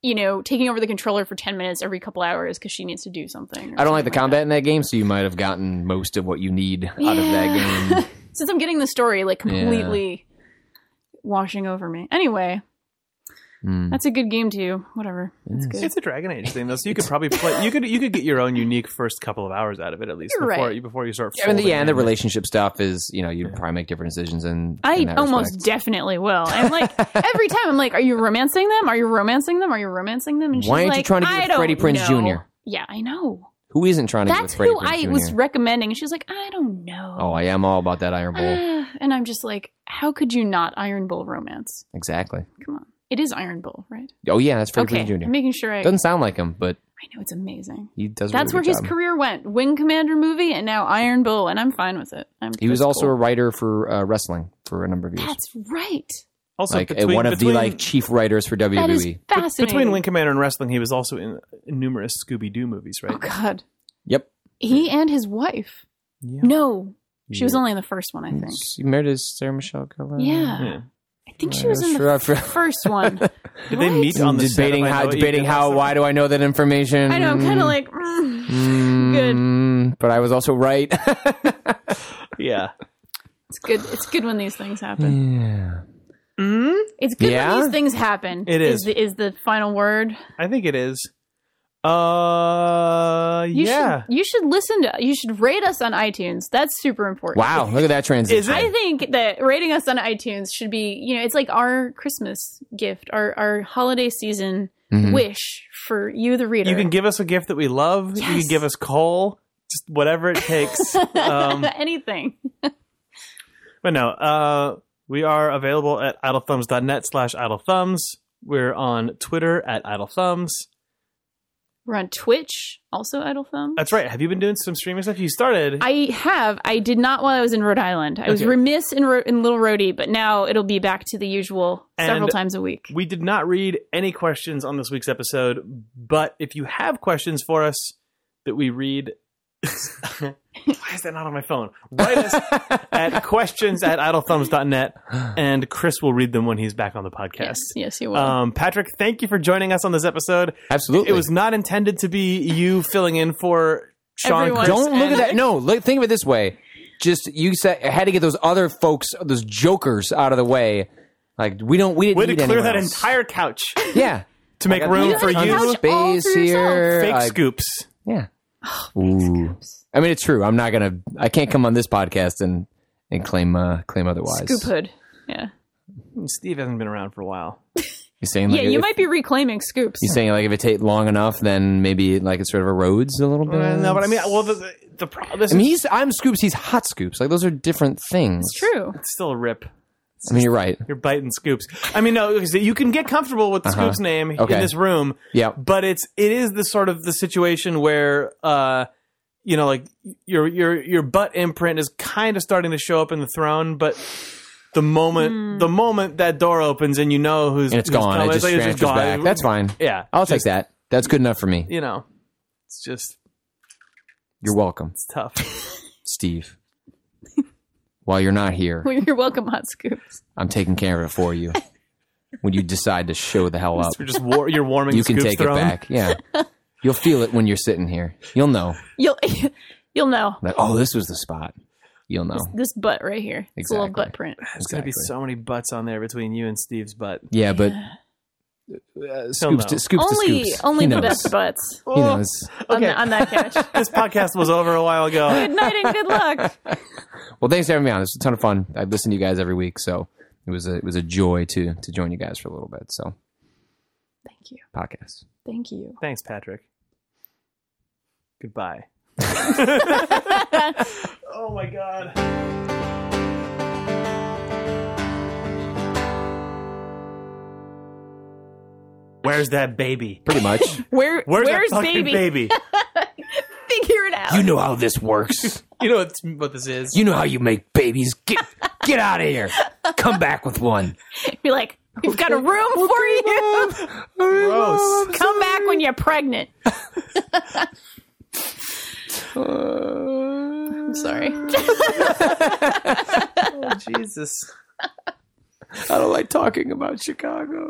S1: you know, taking over the controller for ten minutes every couple hours because she needs to do something? or
S3: I don't like the
S1: something
S3: combat in that game, so you might have gotten most of what you need out of that
S1: Yeah.
S3: game.
S1: Since I'm getting the story like completely washing over me. Anyway,
S3: Hmm.
S1: that's a good game too. Whatever, that's good.
S2: It's a Dragon Age thing, though, so you could probably play. You could you could get your own unique first couple of hours out of it at least
S1: You're
S2: before
S1: right.
S2: you before you start.
S3: Yeah, and the,
S2: folding
S3: yeah, and the
S2: in.
S3: relationship stuff is, you know, you probably make different decisions. And
S1: I almost definitely will. And like every time, I'm like, "Are you romancing them? Are you romancing them? Are you romancing them?" And
S3: Why
S1: she's
S3: aren't you
S1: like,
S3: trying to get
S1: "I
S3: with
S1: don't
S3: Freddie Prinze
S1: know."
S3: Jr.?
S1: Yeah, I know.
S3: who isn't trying to get
S1: That's
S3: with Freddie
S1: who I
S3: Prinze
S1: was
S3: Jr.?
S1: recommending, and she's like, "I don't know."
S3: Oh, I am all about that Iron Bowl.
S1: Ah, and I'm just like, "How could you not Iron Bull romance?
S3: exactly.
S1: Come on, it is Iron Bull, right?"
S3: Oh yeah, that's Freddie
S1: okay,
S3: Prinze
S1: I'm
S3: Jr.
S1: making sure I.
S3: Doesn't sound like him, but
S1: I know it's amazing.
S3: he does. a
S1: That's
S3: really
S1: where
S3: good
S1: his
S3: job.
S1: career went: Wing Commander movie, and now Iron Bull, and I'm fine with it. I'm,
S3: He was
S1: that's
S3: also
S1: cool.
S3: a writer for uh, wrestling for a number of years.
S1: That's right.
S2: Also,
S3: like
S2: between,
S3: one of
S2: between,
S3: the like chief writers for E. WWE.
S1: That is fascinating.
S2: between Wing Commander and wrestling, he was also in numerous Scooby Doo movies, right?
S1: Oh God.
S3: yep.
S1: He and his wife.
S2: Yeah.
S1: No, she was
S3: Yeah.
S1: only in the first one, I think.
S3: She married his Sarah Michelle Gellar.
S1: Yeah,
S2: Yeah.
S1: I think she
S3: Uh,
S1: was in
S3: sure, I
S1: the
S3: feel-
S1: first one.
S2: Did they
S1: What?
S2: meet on the set of
S3: debating
S2: I
S3: how
S2: Know What You
S3: debating
S2: Did
S3: how
S2: Last
S3: why do I know that information?
S1: I know, I'm kind of like, mm.
S3: Mm, But I was also right.
S2: Summer? Yeah.
S1: it's good. It's good when these things happen.
S3: yeah.
S1: It's good
S3: Mm. Yeah?
S1: when these things happen.
S2: It
S1: is
S2: is.
S1: the, is the final word.
S2: I think it is. Uh,
S1: You
S2: yeah.
S1: should you should listen to you should rate us on iTunes. That's super important.
S3: Wow, look at that transition.
S2: Is it?
S1: I think that rating us on iTunes should be, you know, it's like our Christmas gift, our our holiday season
S3: Mhm.
S1: wish for you, the reader.
S2: Mm-hmm. You can give us a gift that we love. You
S1: Yes.
S2: can give us coal, just whatever it takes. um,
S1: anything.
S2: but no, uh, we are available at idlethumbs.net slash idlethumbs. We're on Twitter at idlethumbs.
S1: We're on Twitch, also Idle Thumb.
S2: That's right. Have you been doing some streaming stuff? You started.
S1: I have. I did not while I was in Rhode Island. I was
S2: Okay.
S1: remiss in, Ro- in Little Rhodey, but now it'll be back to the usual several
S2: And
S1: times a week.
S2: We did not read any questions on this week's episode, but if you have questions for us that we read, why is that not on my phone? Write us at questions at idlethumbs.net, and Chris will read them when he's back on the podcast.
S1: yes, yes, you will.
S2: Um, Patrick, thank you for joining us on this episode.
S3: Absolutely.
S2: It was not intended to be you filling in for Sean.
S1: Everyone.
S2: Chris.
S3: Don't look at
S1: and-
S3: that. No, look, think of it this way. Just you said I had to get those other folks, those jokers, out of the way. Like we don't, we didn't
S2: Way to
S3: need
S2: clear
S3: anyone
S2: that
S3: else.
S2: entire couch
S3: yeah
S2: to make
S3: I got
S2: room for
S3: tons of
S1: Couch
S2: you.
S1: all for
S3: space here.
S2: Fake
S3: I-
S2: scoops.
S3: Yeah. Ooh. I mean, it's true. I'm not gonna. I can't come on this podcast and and claim uh, claim otherwise.
S1: Scoop Hood. Yeah.
S2: Steve hasn't been around for a while.
S3: You saying
S1: Yeah,
S3: like
S1: you
S3: if,
S1: might be reclaiming scoops.
S3: You saying like if it takes long enough, then maybe like it sort of erodes a little bit.
S2: Uh, No, but I mean, well, the, the problem. This
S3: I mean,
S2: is
S3: he's I'm scoops. He's hot scoops. Like those are different things.
S1: It's true.
S2: still a rip.
S3: I mean, you're right.
S2: You're biting scoops. I mean, no, because you can get comfortable with the scoops name
S3: Uh-huh. Okay.
S2: in this room.
S3: Yeah.
S2: but it's it is the sort of the situation where, uh, you know, like your your your butt imprint is kind of starting to show up in the throne, but the moment the moment that door opens and you know who's
S3: And it's
S2: who's
S3: gone.
S2: coming,
S3: It just
S2: like, it's
S3: transfers back. That's fine.
S2: Yeah,
S3: I'll
S2: just,
S3: take that. That's good enough for me.
S2: You know, it's just
S3: You're welcome,
S2: it's tough.
S3: Steve. While you're not here,
S1: Well, you're welcome, hot scoops.
S3: I'm taking care of it for you. When you decide to show the hell up,
S2: You're just war- you're warming.
S3: you
S2: the
S3: can
S2: scoops
S3: take it
S2: throne.
S3: back. Yeah. You'll feel it when you're sitting here. You'll know.
S1: You'll you'll know
S3: Like, oh, this was the spot. You'll know.
S1: this butt right here. It's a little
S3: Exactly.
S1: butt print.
S2: There's gonna be
S3: Exactly.
S2: so many butts on there between you and Steve's butt.
S3: Yeah, but uh, scoops,
S2: know.
S3: to, scoops
S1: only
S3: to scoops.
S1: only
S3: he
S1: put
S3: knows.
S1: up butts
S3: He knows.
S1: on, the, on that couch.
S2: this podcast was over a while ago.
S1: good night and good luck.
S3: Well, thanks for having me on. It's a ton of fun. I listen to you guys every week, so it was a, it was a joy to to join you guys for a little bit. So
S1: Thank you.
S3: podcast.
S1: Thank you.
S2: Thanks, Patrick. Goodbye. oh my god. Where's that baby?
S3: pretty much.
S1: Where
S2: Where's,
S1: where's,
S2: that fucking
S1: baby?
S2: baby?
S1: Figure it out.
S3: you know how this works.
S2: you know what, what this is.
S3: You know how you make babies. Get get out of here. Come back with one.
S1: You're like, we've got a room for you.
S2: Gross.
S1: Come back when you're pregnant.
S3: Uh,
S1: I'm sorry.
S2: Oh, Jesus.
S3: I don't like talking about Chicago.